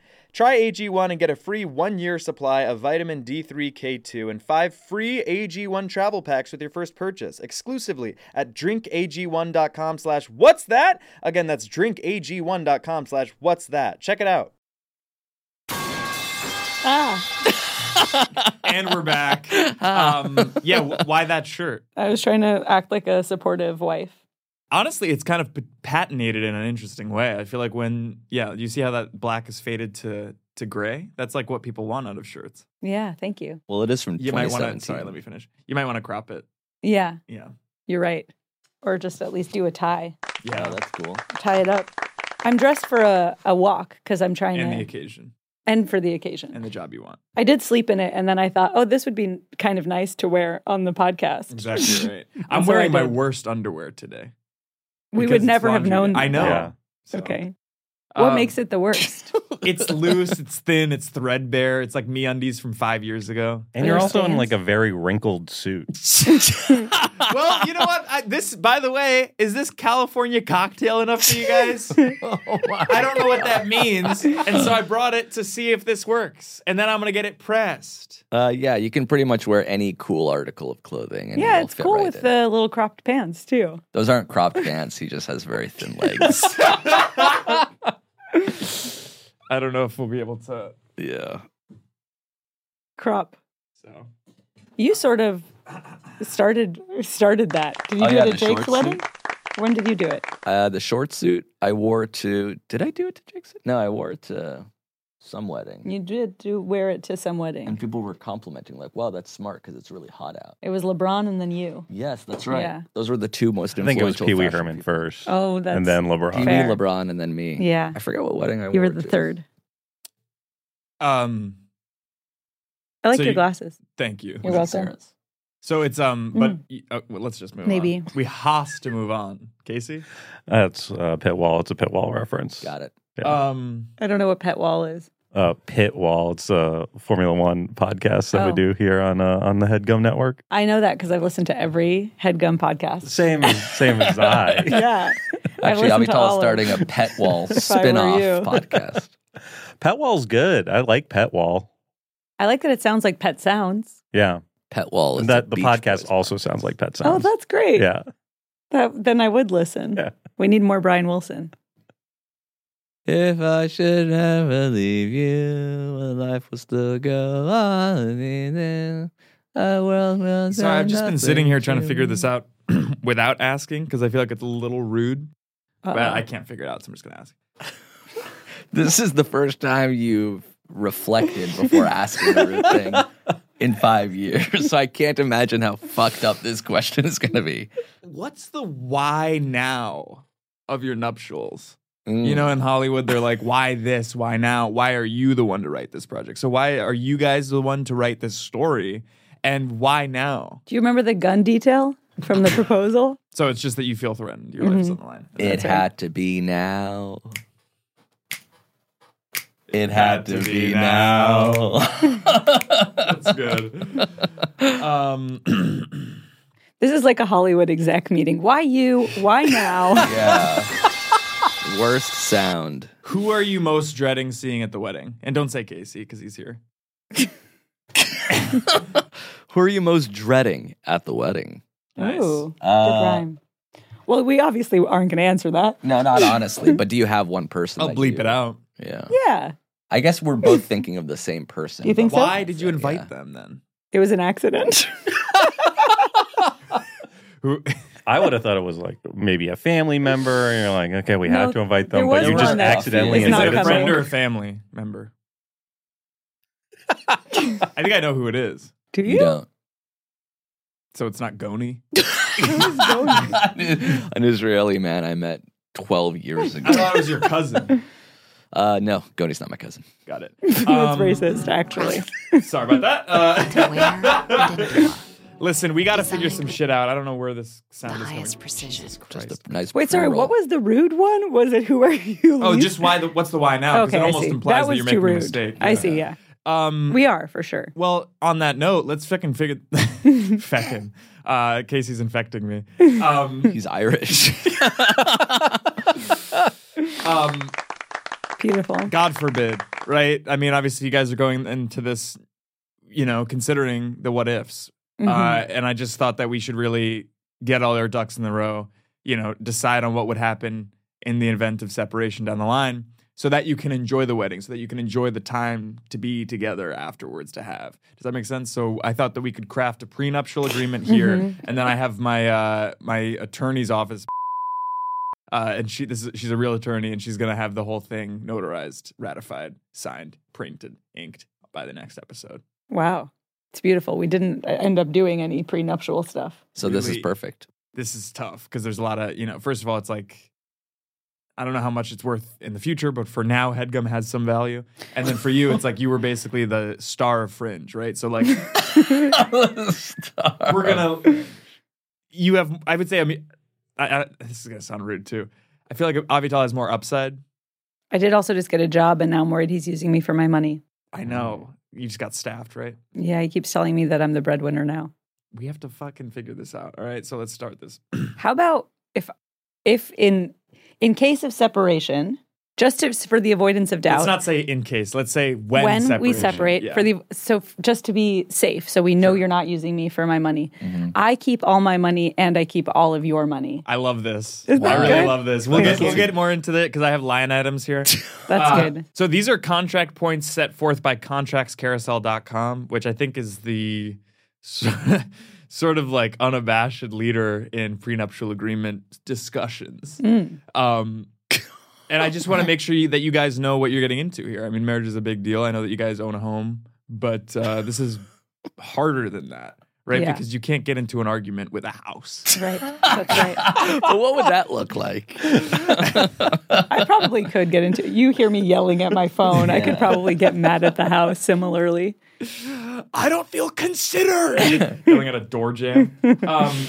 H: Try AG1 and get a free one year supply of vitamin D3K2 and five free AG1 travel packs with your first purchase exclusively at drinkag1.com slash what's that? Again, that's drinkag1.com slash what's that. Check it out.
D: Ah,
C: and we're back. Um, yeah, wh- why that shirt?
D: I was trying to act like a supportive wife.
C: Honestly, it's kind of p- patinated in an interesting way. I feel like when yeah, you see how that black is faded to to gray. That's like what people want out of shirts.
D: Yeah, thank you.
E: Well, it is from
C: You might
E: 2017.
C: want to. Sorry, let me finish. You might want to crop it.
D: Yeah,
C: Yeah,
D: you're right. Or just at least do a tie,
E: Yeah,
C: yeah,
E: that's cool.
D: tie it up. I'm dressed for a, a walk because I'm trying
C: and the
D: to,
C: occasion
D: and for the occasion.
C: and the job you want.
D: I did sleep in it, and then I thought, oh, this would be kind of nice to wear on the podcast.
C: Exactly right. I'm
D: That's what I
C: wearing my
D: did.
C: worst underwear today.
D: We
C: because
D: would
C: it's
D: never have
C: laundry
D: known.
C: day. I know.
H: Yeah.
C: So,
D: Okay. What
C: um,
D: makes it the worst?
C: It's loose. It's thin. It's threadbare. It's like me undies from five years ago.
F: And you're also in
D: Understands.
F: like a very wrinkled suit.
C: well, you know what? I, this, by the way, is this California cocktail enough for you guys? I don't know what that means, and so I brought it to see if this works, and then I'm gonna get it pressed.
E: Uh, yeah, you can pretty much wear any cool article of clothing. And
D: yeah,
E: it'll
D: it's
E: fit
D: cool
E: right
D: with
E: in.
D: the little cropped pants too.
E: Those aren't cropped pants. He just has very thin legs.
C: I don't know if we'll be able to.
E: yeah.
D: Crop.
C: So
D: You sort of started started that. Did you
E: Oh,
D: do
E: yeah,
D: it
E: the
D: at
E: short
D: Jake's
E: suit.
D: wedding? When did you do it?
E: Uh, the short suit I wore to. Did I do it to Jake's? No, I wore it to some wedding.
D: You did do wear it to some
E: and
D: wedding.
E: people were complimenting, like, wow, that's smart because it's really hot out.
D: It was LeBron and then you.
E: Yes, that's right.
D: Yeah.
E: Those were the two most
F: I think it was
E: influential.
F: Pee Wee
E: fashion
F: Herman
E: people.
F: first,
D: Oh, that's
F: and then LeBron.
E: Pee
D: Fair.
E: Wee, LeBron, and then me.
D: Yeah.
E: I forget what wedding I
D: You were
E: wore
D: the
E: to.
D: third.
C: um,
D: I like
C: So
D: your
C: you-
D: glasses.
C: thank you.
D: You're welcome.
C: So it's um, but y- uh, well, let's just move.
D: Maybe.
C: on. we has to move on, Casey.
F: That's uh, pit wall. It's a pit wall reference.
E: Got it.
F: Yeah.
C: Um,
D: I don't know what pet wall is.
F: uh, pit wall. It's a Formula One podcast that
D: Oh.
F: we do here on uh, on the Headgum Network.
D: I know that because I've listened to every headgum podcast.
F: Same as same as I.
D: Yeah. I've
E: Actually, I'll be
D: listened to all
E: tall
D: of
E: starting
D: them.
E: a pet wall
D: If I were
E: spin off
D: you.
E: podcast.
F: Pet wall's good. I like pet wall.
D: I like that it sounds like pet sounds.
F: Yeah,
E: Pet wall is
F: And
E: a
F: that the
E: Beach
F: podcast
E: Boys
F: also
E: podcast.
F: sounds like pet
D: Oh,
F: sounds.
D: that's great.
F: yeah.
D: That, then I would listen.
F: Yeah.
D: We need more Brian Wilson.
E: If I should never leave you, well, life will still go on. A world will
C: Sorry, I've
E: turn
C: just been sitting
E: nothing
C: here trying to figure
E: me.
C: this out without asking because I feel like it's a little rude. But I can't figure it out, so I'm just gonna ask.
E: This is the first time you've reflected before asking the rude thing in five years. So I can't imagine how fucked up this question is going to be.
C: What's the why now of your nuptials?
E: Mm.
C: You know, in Hollywood, they're like, why this? Why now? Why are you the one to write this project? So why are you guys the one to write this story? And why now?
D: Do you remember the gun detail from the proposal?
C: So it's just that you feel threatened. Your life's on the line.
E: it had to be now. It had to be now.
C: That's good. um,
D: This is like a Hollywood exec meeting. Why you? Why now?
E: Yeah. Worst sound.
C: who are you most dreading seeing at the wedding? And don't say Casey because he's here.
E: Who are you most dreading at the wedding?
C: Nice.
D: Ooh,
E: Uh,
D: good rhyme. Well, we obviously aren't going to answer that.
E: No, not honestly, but do you have one person?
C: I'll
E: that
C: bleep
E: you-
C: it out.
E: Yeah.
D: Yeah,
E: I guess we're both thinking of the same person.
D: You think
E: but
D: so?
C: Why did you invite
E: Yeah.
C: them then?
D: it was an accident.
C: Who,
F: I would have thought it was like maybe a family member, and you're like, okay, we
D: No,
F: have to invite
D: there
F: them, but
D: was
F: you just
E: one.
F: accidentally
D: It's not
F: invited
C: a
D: coming.
C: friend
F: them.
C: or a family member? I think I know who it is.
D: Do
E: You
D: you?
E: don't.
C: So it's not Goni.
E: An Israeli man I met 12 years
C: I
E: ago.
C: thought it was your cousin.
E: Uh, no, Goni's not my cousin.
C: Got it.
D: That's
C: Um,
D: racist, actually.
C: Sorry about that. Uh,
G: Aware,
C: listen, we got to figure some shit out. I don't know where this sound is coming.
G: highest precision.
E: Just a nice.
D: Wait, sorry.
E: pre-roll.
D: What was the rude one? Was it who are you?
C: Oh,
D: least-
C: just why? The, what's the why now? Because
D: okay.
C: it
D: I
C: almost
D: see.
C: implies
D: that
C: that,
D: was
C: you're
D: too
C: making
D: rude.
C: a mistake.
D: I see. Yeah,
C: Um,
D: We are for sure.
C: Well, on that note, let's fucking figure. fucking. Uh, Casey's infecting me. Um,
E: He's Irish.
C: um,
D: Beautiful.
C: God forbid, right? I mean, obviously, you guys are going into this, you know, considering the what ifs.
D: Mm-hmm.
C: Uh, and I just thought that we should really get all our ducks in the row, you know, decide on what would happen in the event of separation down the line so that you can enjoy the wedding, so that you can enjoy the time to be together afterwards to have. Does that make sense? So I thought that we could craft a prenuptial agreement here. And then I have my, uh, my attorney's office. Uh, and she this is, she's a real attorney and she's going to have the whole thing notarized, ratified, signed, printed, inked by the next episode.
D: Wow. It's beautiful. We didn't uh, end up doing any prenuptial stuff.
E: so this is
C: Really?
E: perfect.
C: this is tough because there's a lot of you know first of all it's like i don't know how much it's worth in the future but for now headgum has some value and then for you it's like you were basically the star of fringe right so like we're gonna you have i would say i mean I, I, this is gonna sound rude too i feel like avital has more upside
D: I did also just get a job, and now I'm worried he's using me for my money.
C: i know you just got staffed right
D: Yeah, he keeps telling me that I'm the breadwinner now.
C: we have to fucking figure this out all right so let's start this
D: How about if, if in, in case of separation, just to, for the avoidance of doubt,
C: let's not say in case let's say when,
D: we
C: separation.
D: separate
C: Yeah.
D: for the so f- just to be safe, so we know you're not using me for my money. I keep all my money, and I keep all of your money.
C: I love this.
D: Isn't
C: I
D: that
C: really
D: good?
C: love this. We'll get, we'll get more into it because I have line items here.
D: That's
C: Uh,
D: good.
C: So these are contract points set forth by contractscarousel.com, which I think is the s- sort of like unabashed leader in prenuptial agreement discussions.
D: Hmm.
C: Um, and I just want to make sure you, that you guys know what you're getting into here. I mean, marriage is a big deal. I know that you guys own a home, but uh, this is harder than that, right?
D: Yeah.
C: Because you can't get into an argument with a house.
D: Right. That's right.
E: but what would that look like?
D: I probably could get into You hear me yelling at my phone. I could probably get mad at the house similarly.
C: I don't feel considered. Going at a door jam. Um,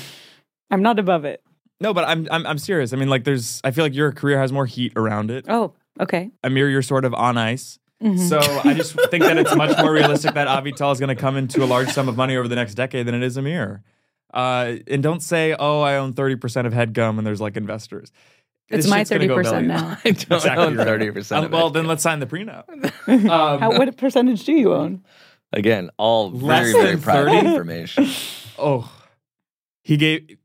D: I'm not above it.
C: no, but I'm, I'm I'm serious. I mean, like, there's. I feel like your career has more heat around it.
D: Oh, okay.
C: Amir, you're sort of on ice.
D: Mm-hmm.
C: So I just think that it's much more realistic that Avital is going to come into a large sum of money over the next decade than it is Amir. Uh, and don't say, "Oh, I own thirty percent of HeadGum," and there's like investors.
D: It's
C: This
D: my
C: shit's gonna go
D: 30%
C: belly up.
D: now.
E: I don't
C: Exactly
E: know
C: right.
E: 30%
C: Um,
E: of
C: well,
E: it.
C: then let's sign the prenup. Um,
D: How, what percentage do you own?
E: Again, all
C: Less
E: very, very
C: than
E: private
C: 30?
E: information.
C: Oh, he gave.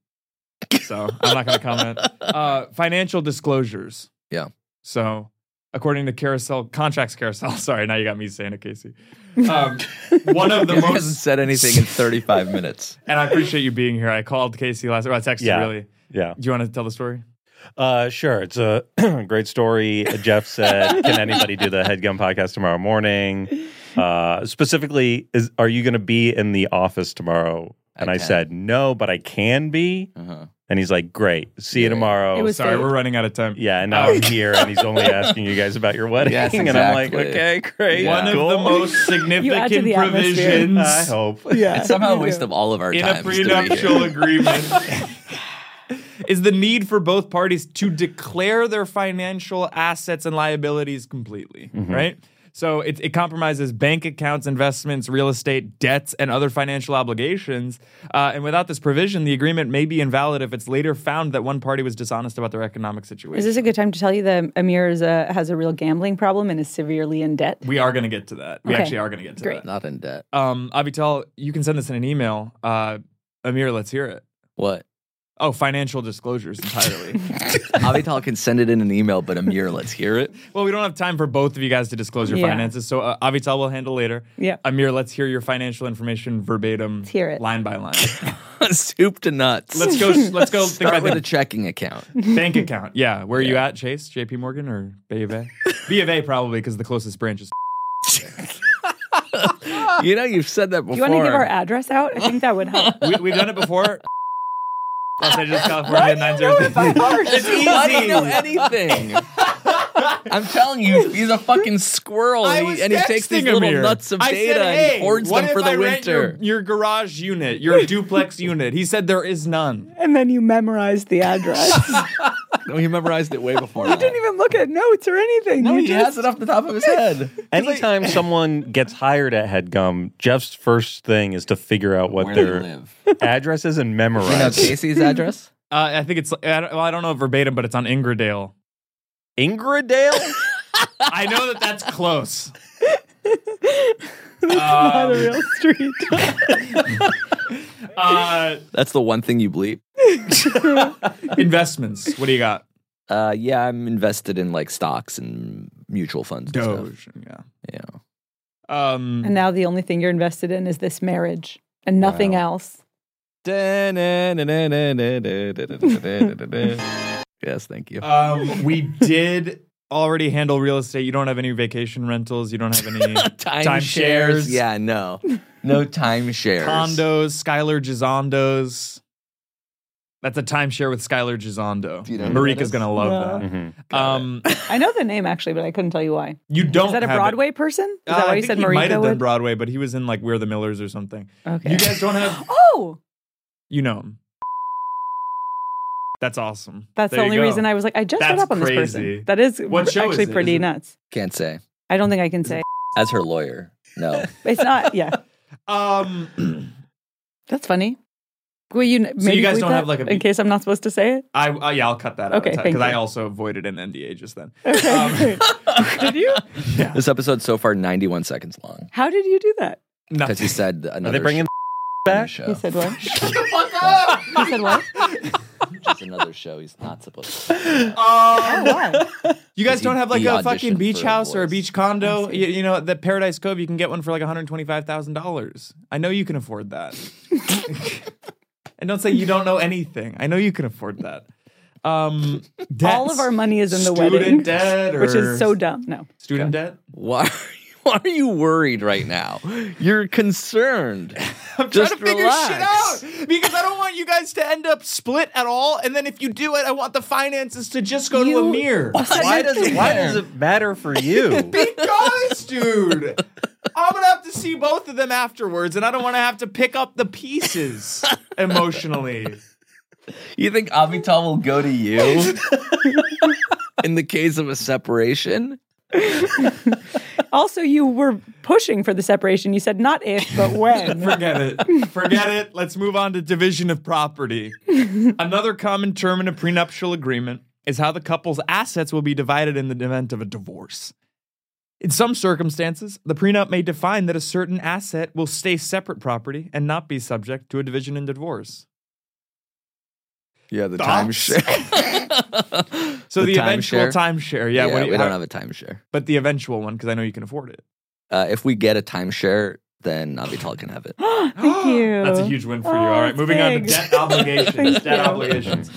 C: So I'm not going to comment. Uh, financial disclosures.
E: Yeah.
C: So, according to Carousel Contracts Carousel, sorry, now you got me saying it, Casey. Um, one of the
E: He hasn't
C: most,
E: said anything in 35 minutes.
C: and I appreciate you being here. I called Casey last, or I texted
F: Yeah.
C: really.
F: Yeah.
C: Do you want to tell the story?
F: Uh, sure. It's a great story. Jeff said, "Can anybody do the Headgum podcast tomorrow morning?" Uh, specifically, is are you going to be in the office tomorrow? And
E: I
F: I,
E: can.
F: said, "No, but I can be."
E: Uh-huh.
F: And he's like, "Great. See you
E: Yeah.
F: tomorrow."
D: It was-
C: Sorry,
D: fake.
C: we're running out of time.
F: yeah, and now I'm here, and he's only asking you guys about your wedding,
E: Yes,
F: and I'm like,
E: exactly.
F: "Okay, great."
E: Yeah.
C: One of
F: cool."
C: the most significant
D: the atmosphere.
C: provisions
F: I hope.
D: Yeah.
E: It's somehow a
D: you
E: waste
D: do.
E: of all of our
C: in
E: time.
C: a prenuptial agreement is the need for both parties to declare their financial assets and liabilities completely, right? So it, it compromises bank accounts, investments, real estate, debts, and other financial obligations. Uh, and without this provision, the agreement may be invalid if it's later found that one party was dishonest about their economic situation.
D: Is this a good time to tell you that Amir is a, has a real gambling problem and is severely in debt?
C: we are going to get to that. We
D: Okay.
C: actually are going to get to
D: Great.
C: that.
E: Not in debt.
C: Um, Avital, you can send this in an email. Uh, Amir, let's hear it.
E: What?
C: Oh, financial disclosures entirely.
E: Avital can send it in an email, but Amir, let's hear it.
C: Well, we don't have time for both of you guys to disclose your
D: Yeah.
C: finances, so uh, Avital will handle later.
D: Yeah.
C: Amir, let's hear your financial information verbatim,
D: Let's hear it.
C: line by line.
E: Soup to nuts.
C: let's go. Let's go. Think
E: Start
C: about
E: with
C: the
E: a checking account.
C: bank account. Yeah, where are you at, Chase, J.P. Morgan, or B of A? B of A probably because the closest branch is.
E: You know, you've said that before.
D: Do you want to give our address out? I think that would help.
C: We, we've done it before. Los Angeles, California, nine zero three. It's easy.
E: Why do you know anything? I'm telling you, he's a fucking squirrel,
C: I
E: and
C: was
E: he, and he takes these
C: texting
E: little
C: Amir.
E: nuts of
C: I
E: data
C: said,
E: and
C: "Hey,
E: he hoards
C: what
E: them for
C: if
E: the
C: I rent
E: winter.
C: Your, your garage unit, your duplex unit. He said there is none.
D: And then you memorize the address.
E: No, he memorized it way before.
D: You didn't even look at notes or anything.
E: No,
D: you
E: he
D: just,
E: has it off the top of his head.
F: Anytime someone gets hired at HeadGum, Jeff's first thing is to figure out what
E: Where they
F: their
E: live.
F: address is and
E: You know
F: memorize. it.
E: Casey's address?
C: Uh, I think it's. I don't, well, I don't know verbatim, but it's on Ingridale.
F: Ingridale?
C: I know that that's close.
D: That's
C: um,
D: not a real street.
C: Uh,
E: That's the one thing you bleep.
C: investments. What do you got?
E: Uh, yeah, I'm invested in like stocks and mutual funds. and stuff.
C: Yeah.
E: Yeah.
C: Um,
D: and now the only thing you're invested in is this marriage and nothing
E: Wow.
D: else.
E: yes, thank you.
C: um, we did already handle real estate. You don't have any vacation rentals. You don't have any timeshares.
E: Yeah, no. No timeshares.
C: condos. Skylar Gizondo's. That's a timeshare with Skylar Gizondo.
E: Do you know who that
C: Marika's
E: is? Mm-hmm.
C: gonna love
D: No.
C: that.
F: Mhm.
C: Um,
D: I know the name actually, but I couldn't tell you why.
C: you don't.
D: Is that a
C: have it.
D: Broadway person? Is
C: Uh,
D: that
C: I
D: why you
C: think
D: said
C: he might
D: Marika
C: have done
D: would?
C: Broadway, but he was in like We're the Millers or something.
D: okay.
C: You guys don't have
D: oh,
C: You know him. That's awesome.
D: that's the only reason I was like, I just read
C: That's
D: up on this
C: crazy.
D: person. That is
C: What show is
D: actually
C: it?
D: pretty
C: Is it-
D: nuts.
E: Can't say.
D: I don't think I can say.
E: As her lawyer, no.
D: It's not. Yeah,
C: Um,
D: that's funny. Will you? n- Maybe
C: you guys
D: bleep
C: don't
D: that
C: have, like, a-
D: in case I'm not supposed to say it.
C: I uh, yeah, I'll cut that
D: Okay,
C: out
D: thank
C: because I
D: you.
C: also avoided an NDA just then.
D: Okay.
C: Um,
D: did you?
E: This episode's so far 91 seconds long
D: How did you do that?
E: because he
C: nothing.
E: said another
F: Are they bringing
E: sh-
F: back?
E: show.
D: He said what?
E: Yeah,
D: He said what?
E: which is another show he's not supposed to.
D: Oh,
C: Um,
D: why?
C: you guys
E: He-
C: don't have like
E: he
C: a fucking
E: auditioned
C: beach
E: for a
C: house or a
E: voice.
C: beach condo.
D: I see.
C: You, you know, the Paradise Cove, you can get one for like one hundred twenty-five thousand dollars. I know you can afford that. and don't say you don't know anything. I know you can afford that. Um,
D: All of
C: debts.
D: our money is in the
C: Student
D: wedding,
C: debt
D: which
C: or-
D: is so dumb. No,
C: student debt.
E: Why are, you, why are you worried right now? You're concerned. I'm
C: Try to figure shit out because I don't want you guys to end up split at all. And then if you do it, I want the finances to just go to
D: You-
C: Amir.
F: Why does, it, why does it matter for you?
C: because, dude, I'm gonna have to see both of them afterwards, and I don't want to have to pick up the pieces emotionally.
E: You think Avital will go to you in the case of a separation?
D: Also, you were pushing for the separation. You said not if, but when.
C: Forget it. Forget it. Let's move on to division of property. Another common term in a prenuptial agreement is how the couple's assets will be divided in the event of a divorce. In some circumstances, the prenup may define that a certain asset will stay separate property and not be subject to a division in divorce.
E: Yeah, the
C: Thoughts?
E: timeshare.
C: So the, eventual
E: timeshare?
C: timeshare, yeah,
E: yeah,
C: what do you-
E: we don't
C: how-
E: have a timeshare.
C: but the eventual one because I know you can afford it.
E: Uh, if we get a timeshare, then Avital can have it.
D: Thank you.
C: That's a huge win for you.
D: Oh,
C: All right, moving on to
D: thanks.
C: debt obligations.
D: Thank
C: debt
D: you.
C: obligations.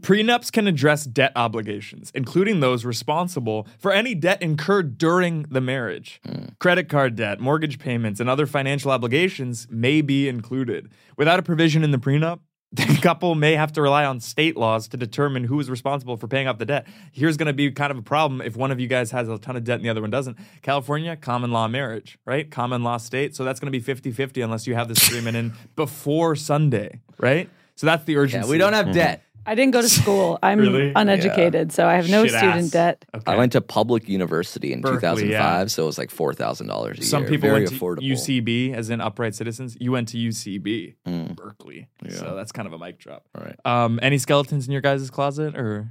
C: Prenups can address debt obligations, including those responsible for any debt incurred during the marriage.
E: Hmm.
C: Credit card debt, mortgage payments, and other financial obligations may be included. Without a provision in the prenup, the couple may have to rely on state laws to determine who is responsible for paying off the debt. Here's going to be kind of a problem if one of you guys has a ton of debt and the other one doesn't. California, common law marriage, right? Common law state. So that's going to be 50 50 unless you have this agreement in before Sunday, right? So that's the urgency. Hmm.
E: Yeah, we don't have debt.
D: I didn't go to school. I'm
C: Really?
D: uneducated, so I have no
C: Shit
D: student
C: ass.
D: debt.
C: Okay.
E: I went to public university in
C: Berkeley,
E: 2005,
C: yeah.
E: so it was like four thousand dollars a
C: Some
E: year.
C: people
E: Very
C: went to
E: affordable.
C: UCB, as in upright citizens. You went to UCB,
E: Mm.
C: Berkeley. So that's kind of a mic drop. All right. Um, any skeletons in your guys' closet or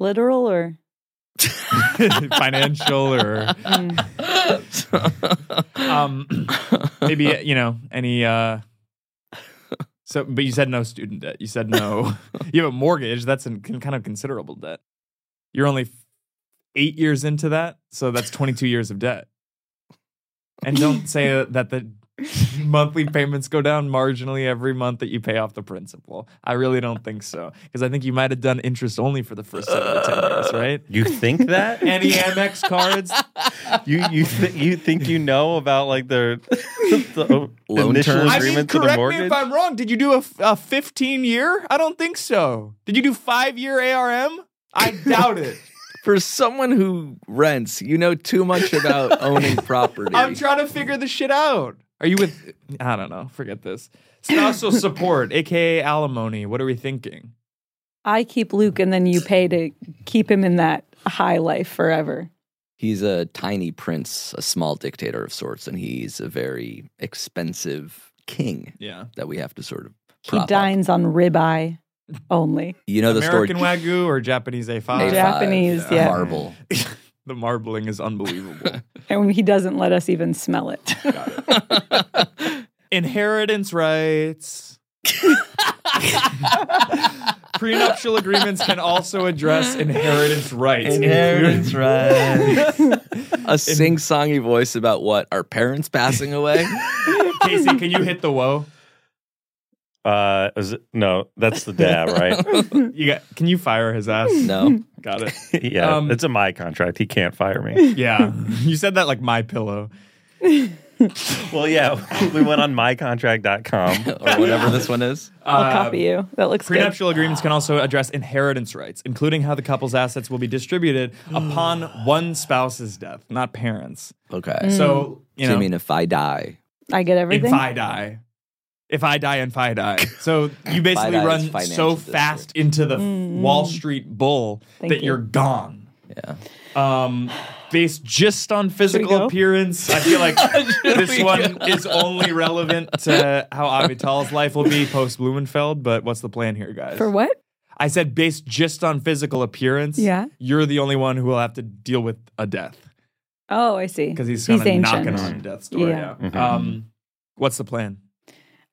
D: Literal or
C: financial or
D: mm,
C: um, maybe, you know, any. Uh, so, but you said no student debt. You said no. you have a mortgage. That's in, kind of considerable debt. You're only f- eight years into that. So that's 22 years of debt. And don't say that the monthly payments go down marginally every month that you pay off the principal. I really don't think so. Because I think you might have done interest only for the first seven to 10 years, right?
F: You think that?
C: Any Amex cards?
F: you you th- you think you know about like the, the
E: Loan
F: initial
E: terms? I
F: agreement to the
C: correct
F: mortgage?
C: me if I'm wrong. Did you do a, f- a 15 year? I don't think so. Did you do five year ARM? I doubt it.
E: For someone who rents, you know too much about owning property.
C: I'm trying to figure this shit out. Are you with? I don't know. Forget this. Spousal support, aka alimony. What are we thinking?
D: I keep Luke and then you pay to keep him in that high life forever.
E: He's a tiny prince, a small dictator of sorts, and he's a very expensive king
C: Yeah.
E: that we have to sort of
D: He
E: prop up.
D: dines on ribeye only.
E: You know the
C: American
E: story.
C: Wagyu or Japanese A5?
E: A5,
D: Japanese, yeah.
E: Marble.
C: The marbling is unbelievable.
D: And he doesn't let us even smell it.
C: Inheritance rights. Prenuptial agreements can also address inheritance rights. including-
E: right. a sing-songy voice about what? Our parents passing away?
C: Casey, can you hit the woe?
F: Uh, is it, no, that's the dad, right?
C: You got? Can you fire his ass?
E: no.
C: Got it.
F: yeah,
C: Um,
F: it's in my contract. He can't fire me.
C: Yeah. You said that like my pillow.
F: well, yeah, we went on mycontract.com.
E: Or whatever this one is.
D: I'll
C: Um,
D: copy you. That looks good.
C: Prenuptial agreements can also address inheritance rights, including how the couple's assets will be distributed upon one spouse's death, not parents.
E: Okay.
D: Mm.
C: So, you
E: So
C: know,
E: you mean if I die?
D: I get everything.
C: if I die, if I die and I die. So you basically
E: die is
C: run
E: financial
C: so
E: district.
C: fast into the Wall Street bull
D: Mm. Thank
C: that
D: you.
C: you. are gone.
E: Yeah.
C: Um, based just on
D: go?
C: physical appearance, I feel like this one is only relevant to how Avital's life will be post Blumenfeld. But what's the plan here, guys?
D: For what?
C: I said based just on physical appearance.
D: Yeah.
C: You're the only one who will have to deal with a death
D: Oh, I see.
C: because he's
D: He's
C: kind of knocking
D: ancient.
C: on death's door.
D: Yeah.
C: Yeah.
F: Mhm.
C: Um, what's the plan?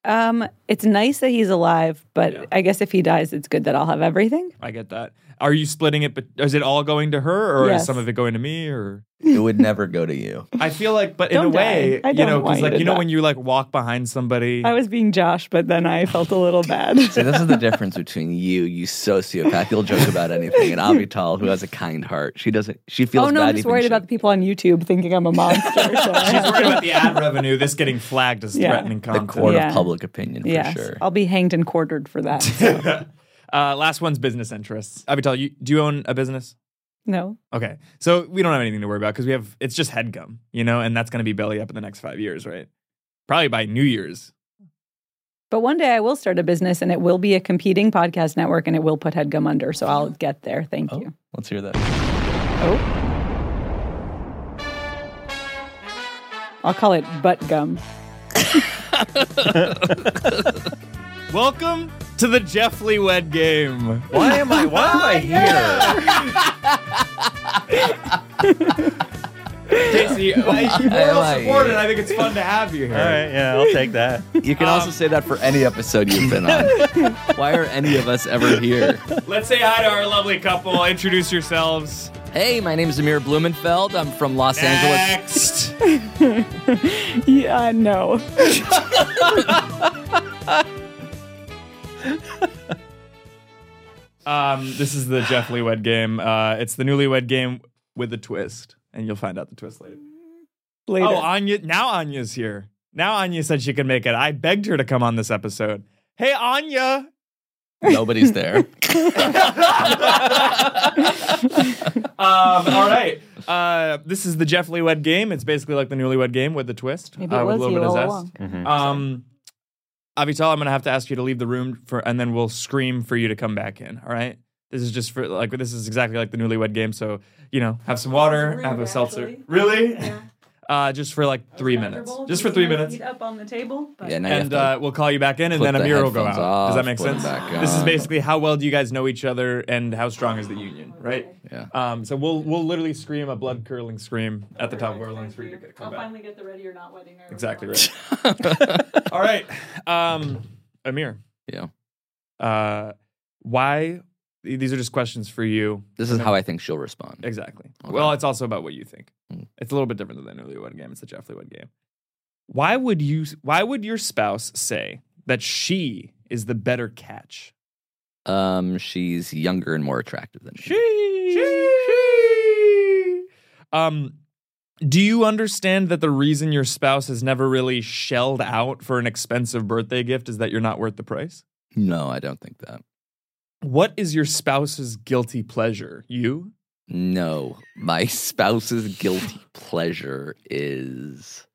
D: Um, it's nice that he's alive, but
C: Yeah.
D: I guess if he dies, it's good that I'll have everything.
C: I get that. Are you splitting it? But is it all going to her, or
D: Yes.
C: is some of it going to me? Or
E: It would never go to you.
C: I feel like, but in a
D: Don't
C: way,
D: die. I
C: you
D: don't
C: know,
D: want
C: because
D: you
C: like
D: to
C: you know
D: die.
C: when you like walk behind somebody.
D: I was being Josh, but then I felt a little bad.
E: See, this is the difference between you, you sociopath. You'll joke about anything, and Avital, who has a kind heart, she doesn't. She feels
D: oh no,
E: bad.
D: I'm just
E: even
D: worried
E: she-
D: about the people on YouTube thinking I'm a monster. so I
C: She's
D: have-
C: worried about the ad revenue. This getting flagged as
D: Yeah.
C: threatening
E: the
C: content.
E: court
D: Yeah.
E: of public opinion for
D: yes, Oh.
E: sure.
D: I'll be hanged and quartered for that. so-
C: Uh, last one's business interests. Avital, you do you own a business?
D: no,
C: Okay, so we don't have anything to worry about because we have it's just headgum, you know, and that's going to be belly up in the next five years, right? Probably by New Year's.
D: but one day I will start a business, and it will be a competing podcast network, and it will put Headgum under. So I'll get there. Thank you.
E: Let's hear that.
C: Oh.
D: I'll call it Butt Gum.
C: Welcome to the Jeff Lee Wed game.
H: Why am I? Why am I here?
C: Casey, like, you're
E: I
C: well
E: like
C: supported.
E: it.
C: I think it's fun to have you here.
F: All right, yeah, I'll take that.
E: You can
C: Um.
E: also say that for any episode you've been on. Why are any of us ever here?
C: Let's say hi to our lovely couple. Introduce yourselves.
E: Hey, my name is Amir Blumenfeld. I'm from Los Angeles.
C: Next.
D: Yeah, no.
C: Um, this is the Jeff Lee Wed game. Uh, it's the newlywed game with a twist, and you'll find out the twist later.
D: Later.
C: Oh, Anya! Now Anya's here. Now Anya said she could make it. I begged her to come on this episode. Hey, Anya!
E: Nobody's there.
C: Um, all right. Uh, this is the Jeff Lee Wed game. It's basically like the Newlywed Game with a twist.
D: Maybe
C: uh,
D: it
C: with
D: was you all along.
C: Um, Avital, I'm gonna have to ask you to leave the room for, and then we'll scream for you to come back in. All right. This is just for like this is exactly like the newlywed game. So you know, have some water, have a seltzer. Really? Uh, just for like three minutes. Just for three minutes.
D: Up on the table.
E: yeah, now you have
C: And
E: to-
C: uh, we'll call you back in, and
E: put
C: then
E: the
C: Amir will go out.
E: headphones
C: Does that
E: off,
C: make
E: put 'em
C: sense?
E: back
C: This is
E: on.
C: basically how well do you guys know each other, and how strong is the union, right?
E: Yeah.
C: Um, so we'll we'll literally scream a blood curdling scream at the top of our lungs for you to get- come back.
D: get the ready or not wedding.
C: Exactly right. All right, um, Amir.
E: yeah.
C: Uh, why? These are just questions for you.
E: This is how I think she'll respond.
C: Exactly.
E: Okay.
C: Well, it's also about what you think.
E: Mm.
C: It's a little bit different than the newlywed game. It's the Jeff Leewood game. Why would you? Why would your spouse say that she is the better catch?
E: Um, she's younger and more attractive than me.
C: She. Um, do you understand that the reason your spouse has never really shelled out for an expensive birthday gift is that you're not worth the price?
E: No, I don't think that.
C: What is your spouse's guilty pleasure? You?
E: No, my spouse's guilty pleasure is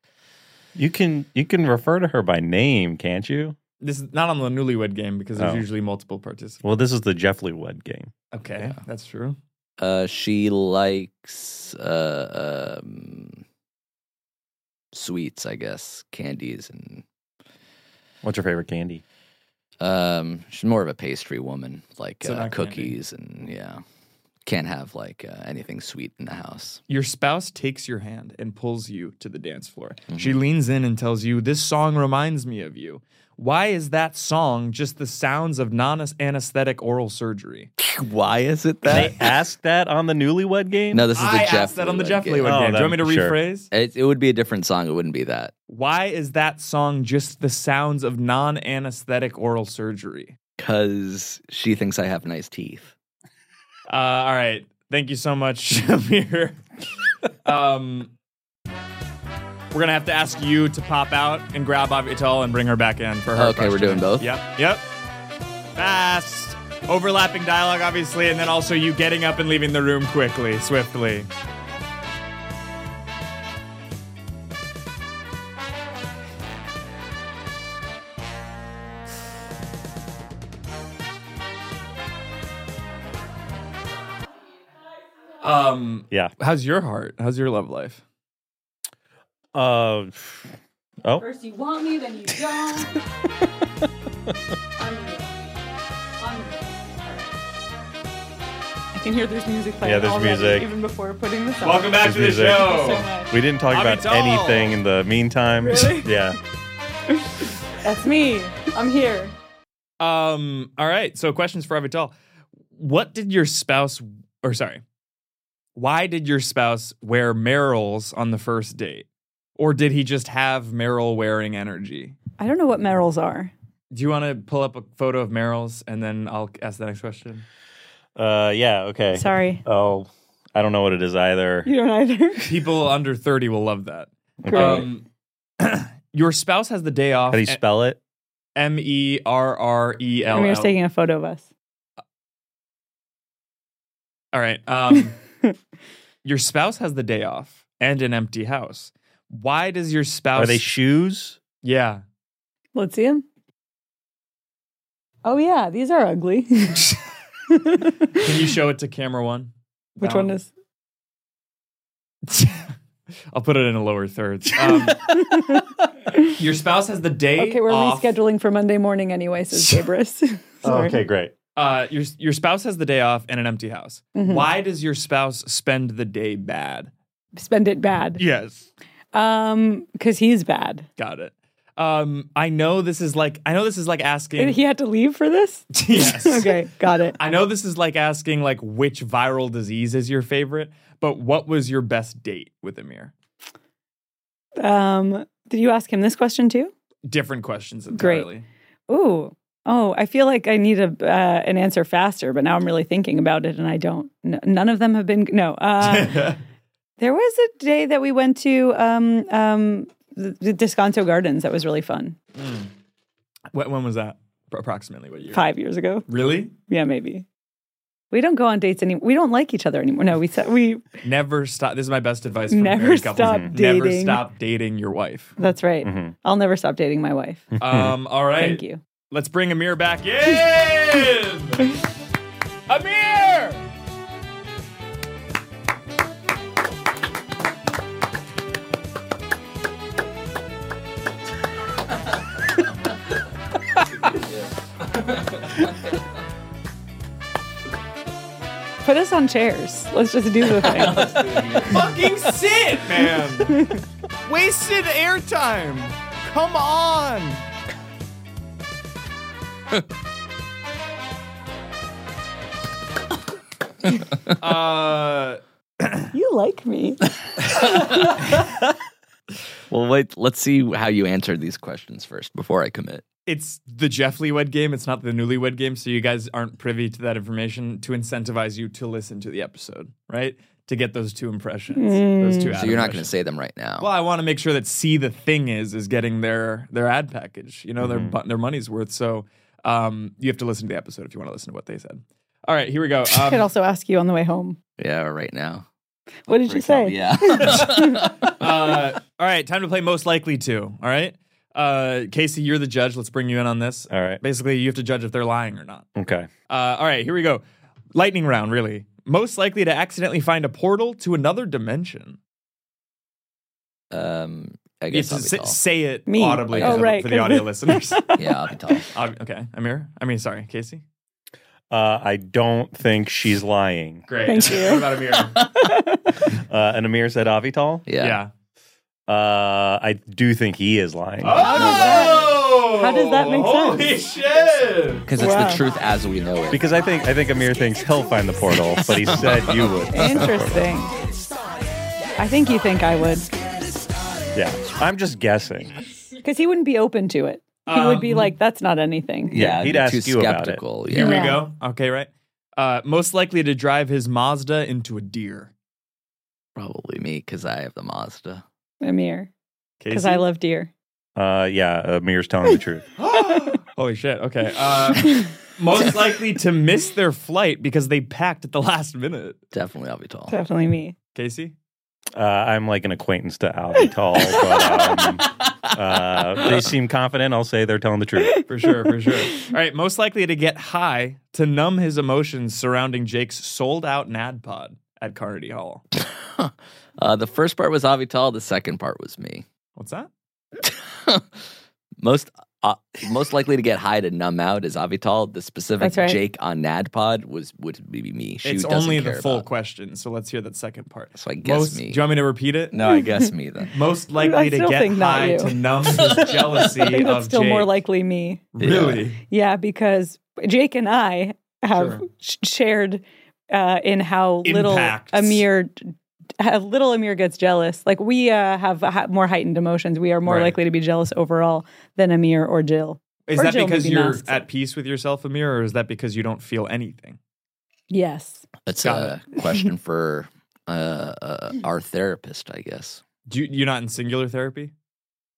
F: You can you can refer to her by name, can't you?
C: This is not on the Newlywed Game because there's
F: Oh.
C: usually multiple participants.
F: Well, this is the Jeff Lee Wood game.
C: Okay, that's true.
E: Uh, she likes uh, um, sweets, I guess, candies, and
F: What's your favorite candy?
E: um, she's more of a pastry woman, like
C: So
E: uh,
C: not candy.
E: cookies, and yeah, can't have like uh, anything sweet in the house.
C: Your spouse takes your hand and pulls you to the dance floor. She
E: Mm-hmm.
C: leans in and tells you, This song reminds me of you. Why is that song just the sounds of non anesthetic oral surgery?
E: Why is it
F: They asked that on the Newlywed game.
E: no, this is the
C: I
E: Jeff.
C: asked that on the
E: Leeway
C: Jeff
E: game.
C: Lee one
F: Oh,
C: game. Do you want me to
F: that- sure.
C: rephrase?
E: It, it would be a different song. It wouldn't be that
C: Why is that song just the sounds of non anesthetic oral surgery?
E: because she thinks I have nice teeth.
C: Uh, all right. Thank you so much, Amir. um, we're going to have to ask you to pop out and grab Avital and bring her back in for her.
E: Okay, we're
C: question.
E: doing both?
C: Yep. Yep. Fast. Overlapping dialogue, obviously, and then also you getting up and leaving the room quickly, swiftly. Um,
F: Yeah.
C: how's your heart? How's your love life?
F: Uh, oh,
G: First you want me, then you don't. I'm real. I'm real.
D: I can hear there's music playing.
F: Yeah, there's
D: already,
F: music.
D: even before putting this.
C: Welcome
D: on.
C: back
F: There's
C: to the
F: music.
C: show.
F: we didn't talk
C: I'll be
F: about
C: tall.
F: anything in the meantime.
D: Really?
F: yeah.
D: That's me. I'm here.
C: Um, all right. So questions for Avital. What did your spouse or sorry. Why did your spouse wear Merrill's on the first date? Or did he just have Merrill wearing energy?
D: I don't know what Merrills are.
C: Do you want to pull up a photo of Merrill's and then I'll ask the next question?
F: Uh, yeah. Okay.
D: Sorry,
F: Oh, I don't know what it is either.
D: you don't either.
C: People under 30 will love that.
F: Okay.
C: Um, your spouse has the day
F: How
C: off.
F: do you spell it?
C: M E R R E L.
D: Amir's
C: L.
D: taking a photo of us.
C: All right. Um, your spouse has the day off and an empty house. Why does your spouse?
F: Are they shoes?
C: yeah.
D: Let's see him. Oh yeah, these are ugly.
C: Can you show it to camera one?
D: Which
C: That
D: one is?
C: I'll put it in a lower third. Um, your spouse has the day.
D: Okay, we're
C: off. Oh,
D: rescheduling for Monday morning anyway, says Gabrus. Sorry.
F: okay, great.
C: Uh, your your spouse has the day off and an empty house.
D: Mhm.
C: Why does your spouse spend the day bad?
D: Spend it bad.
C: Yes.
D: Um, because he's bad.
C: Got it. Um, I know this is like I know this is like asking.
D: He had to leave for this?
C: yes.
D: okay, got it.
C: I know this is like asking like which viral disease is your favorite, but what was your best date with Amir?
D: Um, did you ask him this question too?
C: Different questions
D: Great.
C: entirely.
D: Ooh. Oh, I feel like I need a uh, an answer faster, but now I'm really thinking about it, and I don't. N- none of them have been. No, uh, there was a day that we went to um, um, the, the Descanso Gardens. That was really fun.
C: What, when was that? Pro- Approximately what year?
D: Five years ago,
C: Really?
D: yeah, maybe. We don't go on dates anymore. We don't like each other anymore. No, we sa- we.
C: Never stop. This is my best advice. For
D: Never
C: married couples.
D: stop
C: Never
D: dating.
C: stop dating your wife.
D: That's right. I'll never stop dating my wife.
C: Um, all right.
D: Thank you.
C: Let's bring Amir back in. Amir.
D: Put us on chairs. Let's just do the thing.
C: Fucking sit, man. Wasted airtime. Come on. uh,
D: you like me?
E: Well, wait. Let's see how you answer these questions first before I commit.
C: it's the Jeff Leewed game. It's not the Newlywed game, so you guys aren't privy to that information to incentivize you to listen to the episode, right? To get those two impressions, those two.
E: Mm. So you're not going to say them right now.
C: Well, I want to make sure that see the thing is is getting their their ad package. You know, their bu- their money's worth. So um, you have to listen to the episode if you want to listen to what they said. All right, here we go.
D: I could
C: Um,
D: also ask you on the way home.
E: Yeah, or right now.
D: What did you
E: Right now,
D: say?
E: Yeah.
C: uh, all right, time to play most likely to. All right. Uh, Casey, you're the judge. Let's bring you in on this.
F: All right.
C: Basically, you have to judge if they're lying or not.
F: Okay.
C: Uh, all right, here we go. Lightning round, really. Most likely to accidentally find a portal to another dimension.
E: Um, I
C: You
E: guess
C: have
E: I'll
C: to
E: be
C: say,
E: tall.
C: say it
D: Me.
C: audibly
E: Oh,
C: for, the-
D: right,
C: for the
D: 'cause
C: audio
D: we-
C: listeners.
E: yeah, I'll be tall.
C: Ob- okay, Amir. I mean, sorry, Casey.
F: Uh, I don't think she's lying.
C: Great.
D: Thank
C: What
D: you.
C: about Amir? yeah.
F: Uh, and Amir said Avital.
E: Yeah.
F: Uh, I do think he is lying.
C: Oh!
D: How does that make sense?
C: Holy shit!
E: Because it's
D: Wow.
E: the truth as we know it.
F: Because I think I think Amir thinks he'll find the portal, but he said you would.
D: Interesting. I think you think I would,
F: Yeah. I'm just guessing.
D: because he wouldn't be open to it. He would
C: Um,
D: be like, "That's not anything."
F: Yeah, he'd
E: be
F: ask
E: too
F: you about it.
E: skeptical. Yeah.
C: Here
D: Yeah.
C: we go. Okay, right. Uh, most likely to drive his Mazda into a deer.
E: Probably me because I have the Mazda.
D: Amir, because
C: Casey?
D: I love deer.
F: Uh, yeah, Amir's telling the truth.
C: Holy shit. Okay. Uh, most likely to miss their flight because they packed at the last minute.
E: Definitely, I'll be tall.
D: Definitely me.
C: Casey?
F: Uh, I'm like an acquaintance to Avital, but um, uh, they seem confident. I'll say they're telling the truth.
C: For sure, for sure. All right. Most likely to get high to numb his emotions surrounding Jake's sold out NAD pod at Carnegie Hall.
E: Uh, the first part was Avital. The second part was me.
C: What's that?
E: most uh, most likely to get high to numb out is Avital. The specific
D: That's right.
E: Jake on NADPOD was would be me. She
C: it's
E: doesn't
C: only the
E: care
C: full
E: about.
C: question. So let's hear that second part.
E: So I guess
C: most,
E: me.
C: Do you want me to repeat it?
E: No, I guess me then.
C: Most likely to
D: still
C: get
D: think not
C: high
D: you.
C: to numb his jealousy
D: I think that's
C: of
D: still
C: Jake.
D: more likely me.
C: Really?
D: Yeah, because Jake and I have
C: Sure.
D: sh- shared uh, in how
C: Impacts.
D: little Amir, how little Amir gets jealous. Like we uh, have ha- more heightened emotions. We are more
C: Right.
D: likely to be jealous overall than Amir or Jill.
C: Is
D: Or
C: that
D: Jill
C: because
D: maybe
C: you're
D: masked.
C: at peace with yourself, Amir, or is that because you don't feel anything?
D: Yes.
E: That's
C: Got
E: a question for uh, uh, our therapist, I guess.
C: Do you, you're not in singular therapy?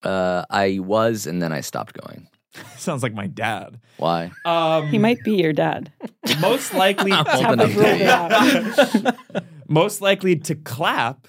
E: Uh, I was, and then I stopped going.
C: Sounds like my dad.
E: Why?
C: Um,
D: He might be your dad.
C: most likely
E: Well,
D: Have
E: then
D: to
E: I'm
D: rule it
E: dead.
D: out.
C: most likely to clap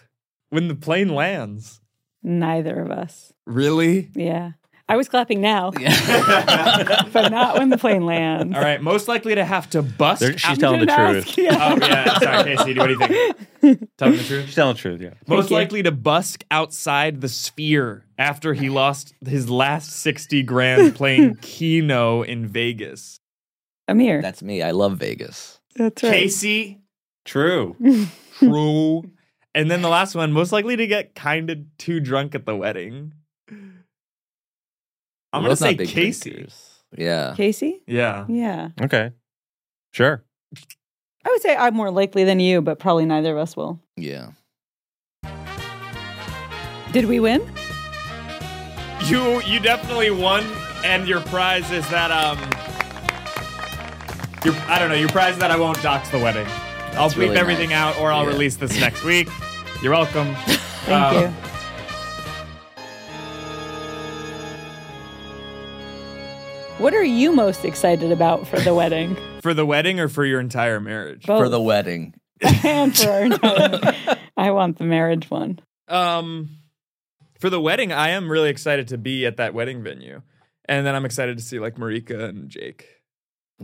C: when the plane lands.
D: Neither of us.
C: Really?
D: Yeah. I was clapping now, but not when the plane lands.
C: All right. Most likely to have to bust.
F: They're- she's
C: out-
F: telling the
D: Didn't
F: truth.
D: ask. Yeah.
C: oh yeah. Sorry, Casey. Do what do you think? Tell me the truth.
F: She's telling the truth. Yeah.
C: Most
D: you.
C: likely to busk outside the sphere after he lost his last sixty grand playing Keno in Vegas.
D: Amir. That's,
E: That's me. I love Vegas.
D: right.
C: Casey,
F: True.
C: true. and then the last one, most likely to get kind of too drunk at the wedding. I'm gonna
E: We're both not
C: say
E: big
C: Casey.
E: drinkers. Yeah.
D: Casey?
C: Yeah.
D: Yeah.
F: Okay. Sure.
D: I would say I'm more likely than you, but probably neither of us will.
E: Yeah.
D: Did we win?
C: You you definitely won, and your prize is that um. Your, I don't know. Your prize is that I won't dox the wedding. I'll bleep
E: really
C: everything
E: nice.
C: out, or I'll
E: Yeah.
C: release this next week. You're welcome.
D: Thank
C: Um,
D: you. What are you most excited about for the wedding?
C: For the wedding or for your entire marriage?
E: For
D: Both.
E: the wedding.
D: and for our entire- I want the marriage one.
C: Um, for the wedding, I am really excited to be at that wedding venue, and then I'm excited to see like Marika and Jake.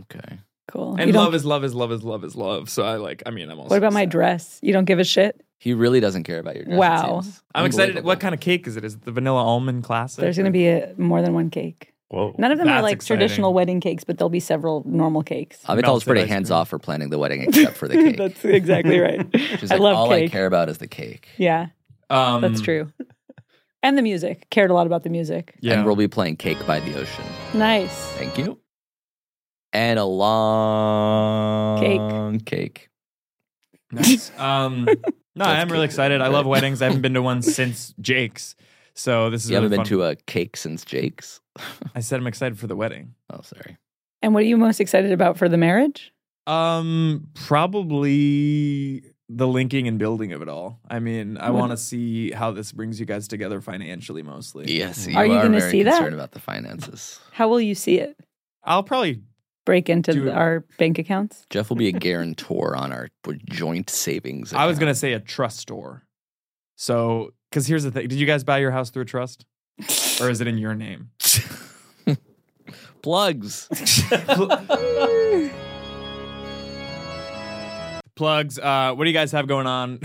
E: Okay.
D: Cool. You
C: And
D: don't-
C: love is love is love is love is love. So I like. I mean, I'm also.
D: what about my
C: excited.
D: dress? You don't give a shit?
E: He really doesn't care about your dress. it
D: Wow.
E: seems.
C: I'm excited.
E: Unbelievable.
C: What kind of cake is it? Is it the vanilla almond classic?
D: There's going to be a, more than one cake.
F: Whoa.
D: None of them are
C: That's
D: like
C: exciting.
D: traditional wedding cakes, but there'll be several normal cakes.
E: Avital is
C: melted ice
E: pretty
C: cream?
E: hands off for planning the wedding except Oh, for the cake.
D: That's exactly right.
E: She's
D: I
E: like,
D: love
E: all
D: cake.
E: I care about is the cake.
D: Yeah,
C: Um,
D: that's true. And the music. Cared a lot about the music.
C: Yeah.
E: And we'll be playing Cake by the Ocean.
D: Nice.
E: Thank you. And a long cake. Cake.
C: Nice. Um, no,
E: That's
C: I'm really
E: good.
C: excited. I love weddings. I haven't been to one since Jake's. So this is
E: You
C: really
E: haven't
C: fun.
E: been to a cake since Jake's.
C: I said I'm excited for the wedding.
E: Oh, sorry.
D: And what are you most excited about for the marriage?
C: Um, probably the linking and building of it all. I mean, I
E: Mm-hmm.
D: What-
C: want to see how this brings you guys together financially, mostly.
E: Yes,
D: Are you gonna
E: very
D: see that?
E: concerned about the finances.
D: How will you see it?
C: I'll probably
D: Break into
C: Do it.
D: our bank accounts?
E: Jeff will be a guarantor on our joint savings.
C: I was
E: account.
C: gonna say a trust store. So, because here's the thing: Did you guys buy your house through a trust? or is it in your name?
E: Plugs.
C: Plugs. Uh, what do you guys have going on?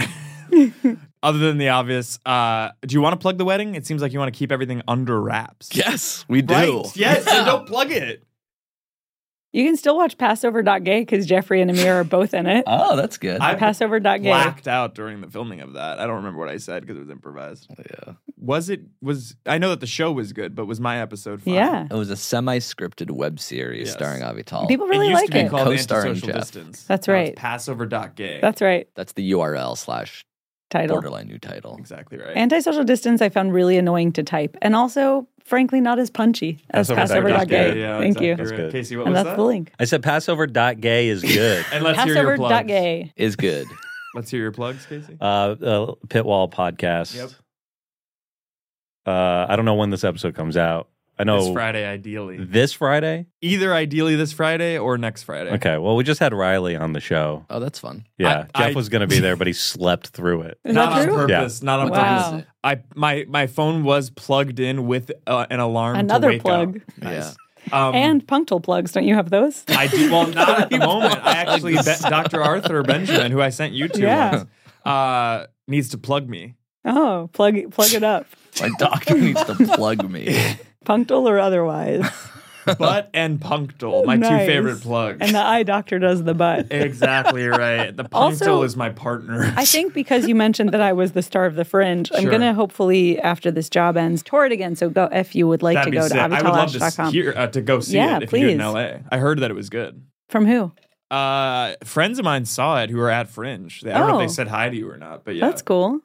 C: Other than the obvious, uh, do you want to plug the wedding? It seems like you want to keep everything under wraps.
E: yes, we do.
C: Right. Yes. and don't plug it.
D: You can still watch Passover.gay because Jeffrey and Amir are both in it.
E: Oh, that's good.
C: I
D: Passover.gay.
C: blacked out during the filming of that. I don't remember what I said because it was improvised.
E: Oh, yeah.
C: Was it? Was I know that the show was good, but was my episode? Fine?
D: Yeah.
E: It was a semi-scripted web series
C: Yes.
E: starring Avital.
D: People really
C: it used
D: like
C: to be
D: it.
C: called
E: Co-starring
C: Antisocial
E: Jeff.
C: Distance.
D: That's
C: Now it's
D: right.
C: Passover.gay.
D: That's right.
E: That's the URL slash
D: Title.
E: borderline new title.
C: exactly right.
D: Antisocial distance I found really annoying to type and also, frankly, not as punchy as
F: Passover.gay.
D: Passover.gay.
F: Yeah,
D: Thank you.
F: That's good.
C: Casey, what
D: And
C: was
D: that's
C: that?
D: the link.
F: I said Passover.gay is good.
C: And let's hear your plugs.
D: Passover.gay.
E: Is good.
C: Let's hear your plugs, Casey.
F: uh, uh, Pitwall podcast.
C: Yep.
F: Uh, I don't know when this episode comes out. I know
E: Oh.
C: This Friday, ideally.
F: this Friday?
C: Either ideally this Friday or next Friday.
F: Okay. Well, we just had Riley on the show.
E: Oh, that's fun.
F: Yeah.
C: I-
F: Jeff
C: I-
F: was going to be there, but he slept through it.
D: Is
C: not
D: that
C: on
D: true?
C: purpose. Not on
E: What time is
D: Wow.
C: purpose. I my my phone was plugged in with uh, an alarm. to
D: Another
C: wake
D: plug.
C: up. Nice.
E: Yeah.
C: Um,
D: and punctal plugs. Don't you have those?
C: I do well not at the moment. I actually be- Dr. Arthur Benjamin, who I sent you to,
D: Yeah.
C: once, uh, needs to plug me.
D: Oh, plug plug it up.
E: My doctor needs to plug me.
D: Punctal or otherwise.
C: Butt and punctal, my
D: Nice.
C: two favorite plugs.
D: And the eye doctor does the butt.
C: exactly right. The punctal
D: Also-
C: is my partner.
D: I think because you mentioned that I was the star of the fringe, I'm
C: Sure.
D: going to hopefully, after this job ends, tour it again. So go if you would like
C: That'd
D: to
C: be
D: go
C: sick.
D: to
C: I would love to s-
D: avitalash.com.
C: hear uh, to go see
D: Yeah,
C: it if you're in
D: please.
C: LA. I heard that it was good.
D: From who?
C: Uh, friends of mine saw it who were at Fringe. They- I don't know if
D: Oh.
C: they said hi to you or not, but yeah,
D: That's cool.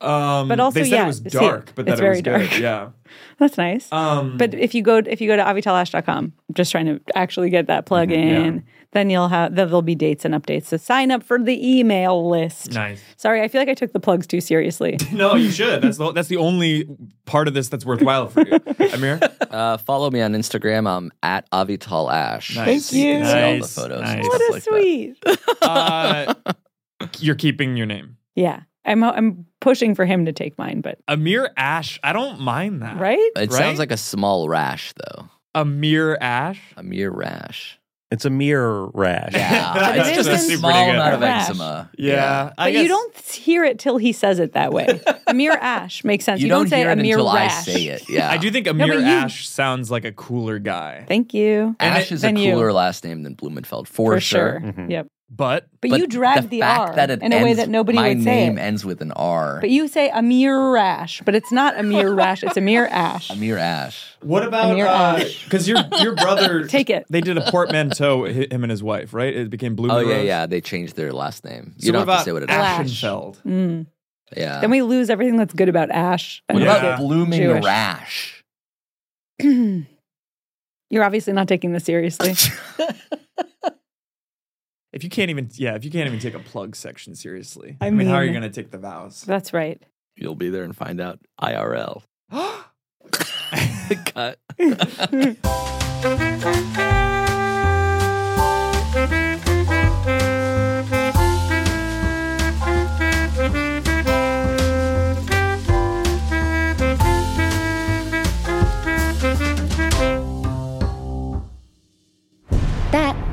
C: Um,
D: But also,
C: they said
D: yeah,
C: it was
D: see it.
C: dark, but that
D: It's
C: it was
D: very
C: good. Yeah.
D: That's nice.
C: Um,
D: But if you go if you go to avitalash.com, I'm just trying to actually get that plug
E: Mm-hmm.
D: in, then you'll have there'll be dates and updates. So sign up for the email list.
C: nice.
D: Sorry, I feel like I took the plugs too seriously.
C: No, you should. That's the that's the only part of this that's worthwhile for you, Amir.
E: Uh, follow me on Instagram. I'm at Avital Ash.
C: Nice.
E: So you can see all the
C: Nice,
E: photos.
C: nice.
E: And
C: What
E: stuff
D: what a
E: like that.
D: sweet.
C: Uh, you're keeping your name,
D: Yeah. I'm I'm pushing for him to take mine, but
C: Amir Ash. I don't mind
E: Ah,
C: that.
D: right?
E: It
C: Right?
E: sounds like a small rash, though.
C: Amir Ash.
E: A mere rash.
F: It's a mere rash.
E: Yeah,
C: But
E: it's
C: it
E: just a
C: isn't
E: small
C: pretty good.
E: amount of
D: A rash.
E: eczema.
C: Yeah, I
D: But you don't hear it till he says it that way. Amir Ash makes sense.
E: You,
D: You,
E: don't,
D: say
E: hear it
D: Amir
E: until
D: Rash.
E: I say it. Yeah.
C: I do think
D: No,
C: Amir
D: but you-
C: Ash sounds like a cooler guy,
D: Thank you.
E: Ash is a
D: Then you.
E: cooler last name than Blumenfeld for,
D: For,
E: sure.
D: sure.
F: Mhm.
D: Yep.
C: but
D: But, you drag the,
E: Mm-hmm. the fact
D: R
E: that it
D: in a way
E: ends-
D: that nobody
E: my
D: would say
E: name
D: it.
E: ends with an R.
D: But you say Amir Rash, but it's not Amir Rash, it's Amir Ash.
E: Amir Ash.
C: What about
D: Amir Ash.
C: because your your brother
D: Take it.
C: They did a portmanteau, hi- him and his wife, right? It became Blue.
E: Oh
C: Rose.
E: yeah, yeah. They changed their last name.
C: So
E: You don't
C: what
E: have
C: about
E: to say what it is.
D: Ash?
C: Ashenfeld?
D: Mm.
E: Yeah.
D: Then we lose everything that's good about Ash. and
E: what
C: Yeah.
D: make
E: about blooming
D: Jewish.
E: rash?
D: it- You're obviously not taking this seriously.
C: If you can't even, yeah, if you can't even take a plug section seriously,
D: I
C: I mean, how are you
D: mean-
C: going to take the vows?
D: That's right.
E: You'll be there and find out IRL. Cut.
A: That